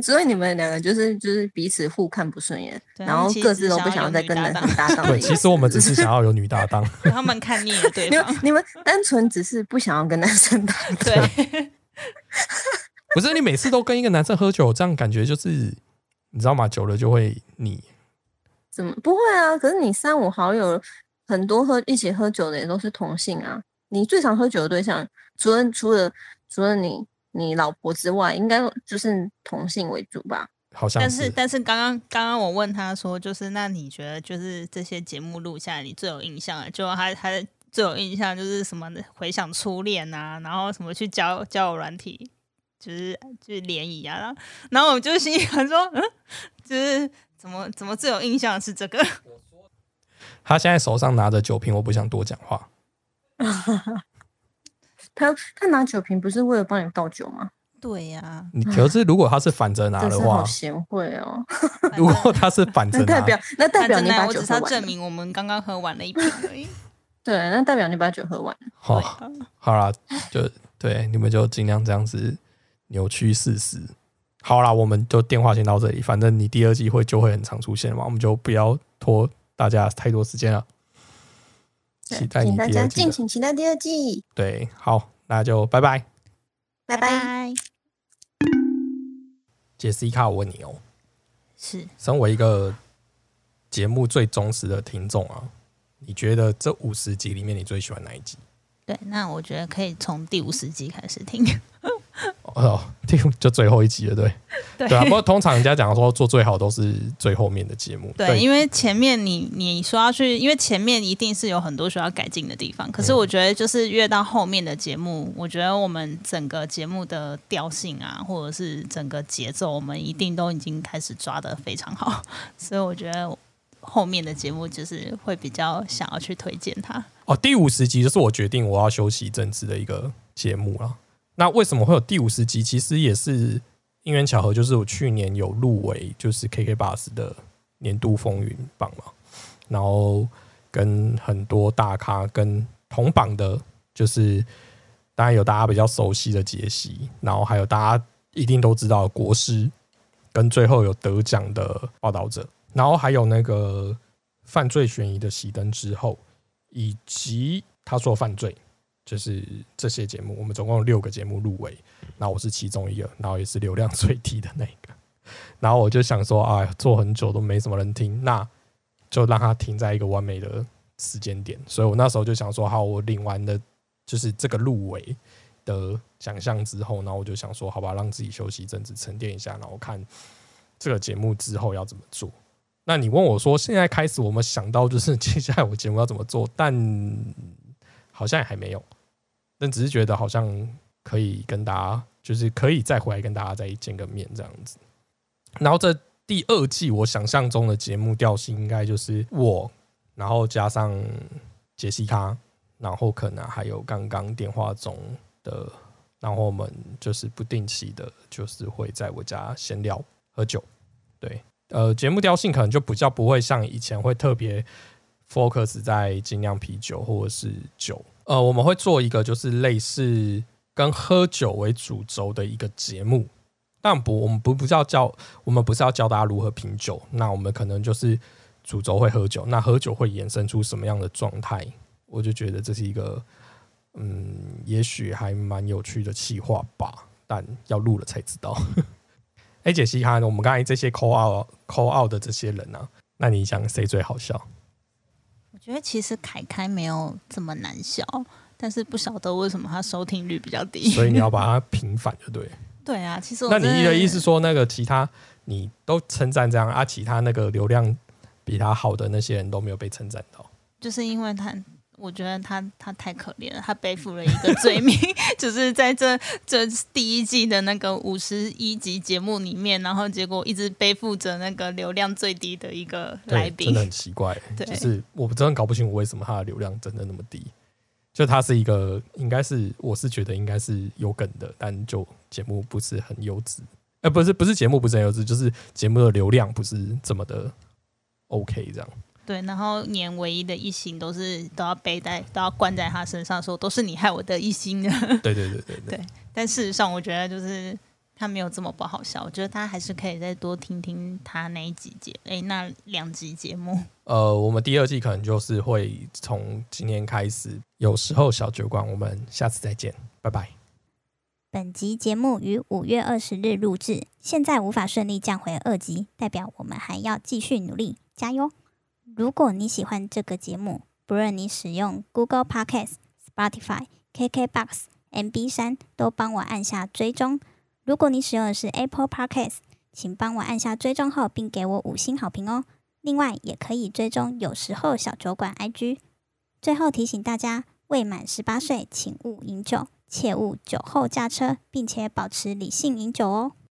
Speaker 9: 所以你们两个就是就是彼此互看不顺眼，
Speaker 2: 对
Speaker 9: 然
Speaker 2: 他
Speaker 9: 后
Speaker 2: 们其实
Speaker 9: 各自都不
Speaker 2: 想
Speaker 9: 想
Speaker 2: 要
Speaker 9: 要
Speaker 2: 有
Speaker 9: 再
Speaker 2: 女
Speaker 9: 跟
Speaker 2: 搭
Speaker 9: 男
Speaker 2: 档
Speaker 9: 生搭档的
Speaker 1: 对，
Speaker 9: 意思。
Speaker 1: 其实我们只是想要有女搭档，
Speaker 2: 他们 看腻了对
Speaker 9: 你们
Speaker 2: 方，
Speaker 9: 你们单纯只是不想要跟男 生搭档，
Speaker 2: 对，
Speaker 1: 不是你每次都跟一个男生喝酒，这样感觉就是你知道吗？久了就会腻。
Speaker 9: 怎么不会啊？可是你三五好友很多喝一起喝酒的也都是同性啊。你最常喝酒的对象，除了除了除了你你老婆之外，应该就是同性为主吧？
Speaker 1: 好像
Speaker 2: 但
Speaker 1: 是
Speaker 2: 是但是刚刚刚刚我问他说，就是那你觉得就是这些节目录下来，你最有印象的，就他他最有印象就是什么回想初恋啊，然后什么去教教友软体，就是就是联谊啊，然后然后我就心里想说，嗯，就是怎么怎么最有印象的是这个，
Speaker 1: 他现在手上拿着酒瓶，我不想多讲话。
Speaker 9: 他他拿酒瓶不是为了帮你倒酒吗？
Speaker 2: 对呀、
Speaker 1: 你可是如果他是反着拿
Speaker 9: 真
Speaker 1: 的
Speaker 9: 是好
Speaker 1: 话，啊
Speaker 9: 贤惠哦！
Speaker 1: 如果他是反着
Speaker 9: 那代
Speaker 1: 拿，
Speaker 9: 表 那代
Speaker 2: 反
Speaker 9: 表
Speaker 2: 正
Speaker 9: 你
Speaker 2: 呢，
Speaker 9: 把
Speaker 2: 我
Speaker 9: 酒
Speaker 2: 只是
Speaker 9: 喝
Speaker 2: 要
Speaker 9: 完
Speaker 2: 证
Speaker 9: 了，
Speaker 2: 明我们刚刚喝完了一瓶而 已。
Speaker 9: 对，那代表你把酒喝完了。
Speaker 1: 好、
Speaker 2: 对啊
Speaker 1: 好啦，就对你们就尽量这样子扭曲事实。好啦，我们就电话先到这里，反正你第二季会就会很常出现嘛，我们就不要拖大家太多时间了。
Speaker 9: 对
Speaker 1: 期待
Speaker 9: 请
Speaker 1: 你
Speaker 9: 大
Speaker 1: 第
Speaker 9: 家
Speaker 1: 二季
Speaker 9: 敬
Speaker 1: 的。
Speaker 9: 请期待第二季，
Speaker 1: 对，好，那就拜拜。
Speaker 9: 拜拜。
Speaker 1: 杰西卡，我问你哦、
Speaker 2: 是
Speaker 1: 身为一个节目最忠实的听众啊，你觉得这五十集里面你最喜欢哪一集？
Speaker 2: 对，那我觉得可以从第五十集开始听。
Speaker 1: 哦，第五就最后一集了，对
Speaker 2: 对
Speaker 1: 对啊。不过通常人家讲说做最好都是最后面的节目，
Speaker 2: 对，因为前面你你说要去，因为前面一定是有很多需要改进的地方。可是我觉得，就是越到后面的节目，我觉得我们整个节目的调性啊，或者是整个节奏，我们一定都已经开始抓的非常好。 所以我觉得后面的节目就是会比较想要去推荐它。
Speaker 1: 哦，第五十集就是我决定我要休息一阵子的一个节目啦。那为什么会有第五十集？其实也是因缘巧合，就是我去年有入围，就是 KK Bus 的年度风云榜嘛，然后跟很多大咖跟同榜的，就是当然有大家比较熟悉的杰西，然后还有大家一定都知道的国师，跟最后有得奖的报道者，然后还有那个犯罪悬疑的熄灯之后，以及他说犯罪，就是这些节目，我们总共有六个节目入围，那我是其中一个，然后也是流量最低的那一个， 然后我就想说，哎，做很久都没什么人听，那就让它停在一个完美的时间点，所以我那时候就想说，好，我领完的就是这个入围的奖项之后，然后我就想说，好吧，让自己休息一阵子，沉淀一下，然后看这个节目之后要怎么做。那你问我说，现在开始我们想到就是 接下来我节目要怎么做，但好像也还没有，但只是觉得好像可以跟大家，就是可以再回来跟大家再见个面这样子。然后这第二季我想象中的节目调性应该就是我，然后加上杰西卡，然后可能还有刚刚电话中的，然后我们就是不定期的，就是会在我家闲聊喝酒，对。呃，节目调性可能就比较不会像以前会特别 focus 在精酿啤酒或者是酒。呃，我们会做一个就是类似跟喝酒为主轴的一个节目，但不，我们不不是要教，我们不是要教大家如何品酒，那我们可能就是主轴会喝酒，那喝酒会衍生出什么样的状态？我就觉得这是一个，嗯，也许还蛮有趣的企划吧，但要录了才知道。 哎，解析哈，我们刚才这些 call out call out 的这些人啊，那你讲谁最好笑？
Speaker 2: 我觉得其实凯凯没有这么难笑，但是不晓得为什么他收听率比较低。
Speaker 1: 所以你要把它平反，就对。
Speaker 2: 对啊，其实我
Speaker 1: 那你
Speaker 2: 真
Speaker 1: 的意思说，那个其他你都称赞这样啊，其他那个流量比他好的那些人都没有被称赞到？
Speaker 2: 就是因为他，我觉得他他太可怜了，他背负了一个罪名， 就是在这这第一季的那个五十一集节目里面，然后结果一直背负着那个流量最低的一个
Speaker 1: 对，
Speaker 2: 来
Speaker 1: 真
Speaker 2: 宾
Speaker 1: 的。很奇 怪，
Speaker 2: 对
Speaker 1: 就是我真的搞不清楚为什么他的流量真的那么低。就他是一个，应该是我是觉得应该是有梗的，但就节目不是很优质，呃，不是不是节目不是很优质，就是节目的流量不是这么的 OK 这样。
Speaker 2: 对，然后年唯一的一星都是都要背在都要灌在他身上说，都是你害我的一星的。啊
Speaker 1: 对对对对对，
Speaker 2: 但事实上，我觉得就是。他没有这么不好笑，我觉得他还是可以再多听听他那一集节，哎、那两集节目。
Speaker 1: 呃，我们第二季可能就是会从今天开始，有时候小酒馆，我们下次再见，拜拜。
Speaker 10: 本集节目于五月二十日录制，现在无法顺利降回二级，代表我们还要继续努力，加油！如果你喜欢这个节目，不论你使用 Google Podcast、Spotify、KKBox、MB 三，都帮我按下追踪。如果你使用的是 Apple Podcast，请帮我按下追踪后，并给我五星好评哦。另外，也可以追踪有时候小酒馆 IG。最后提醒大家，未满十八岁，请勿饮酒，切勿酒后驾车，并且保持理性饮酒哦。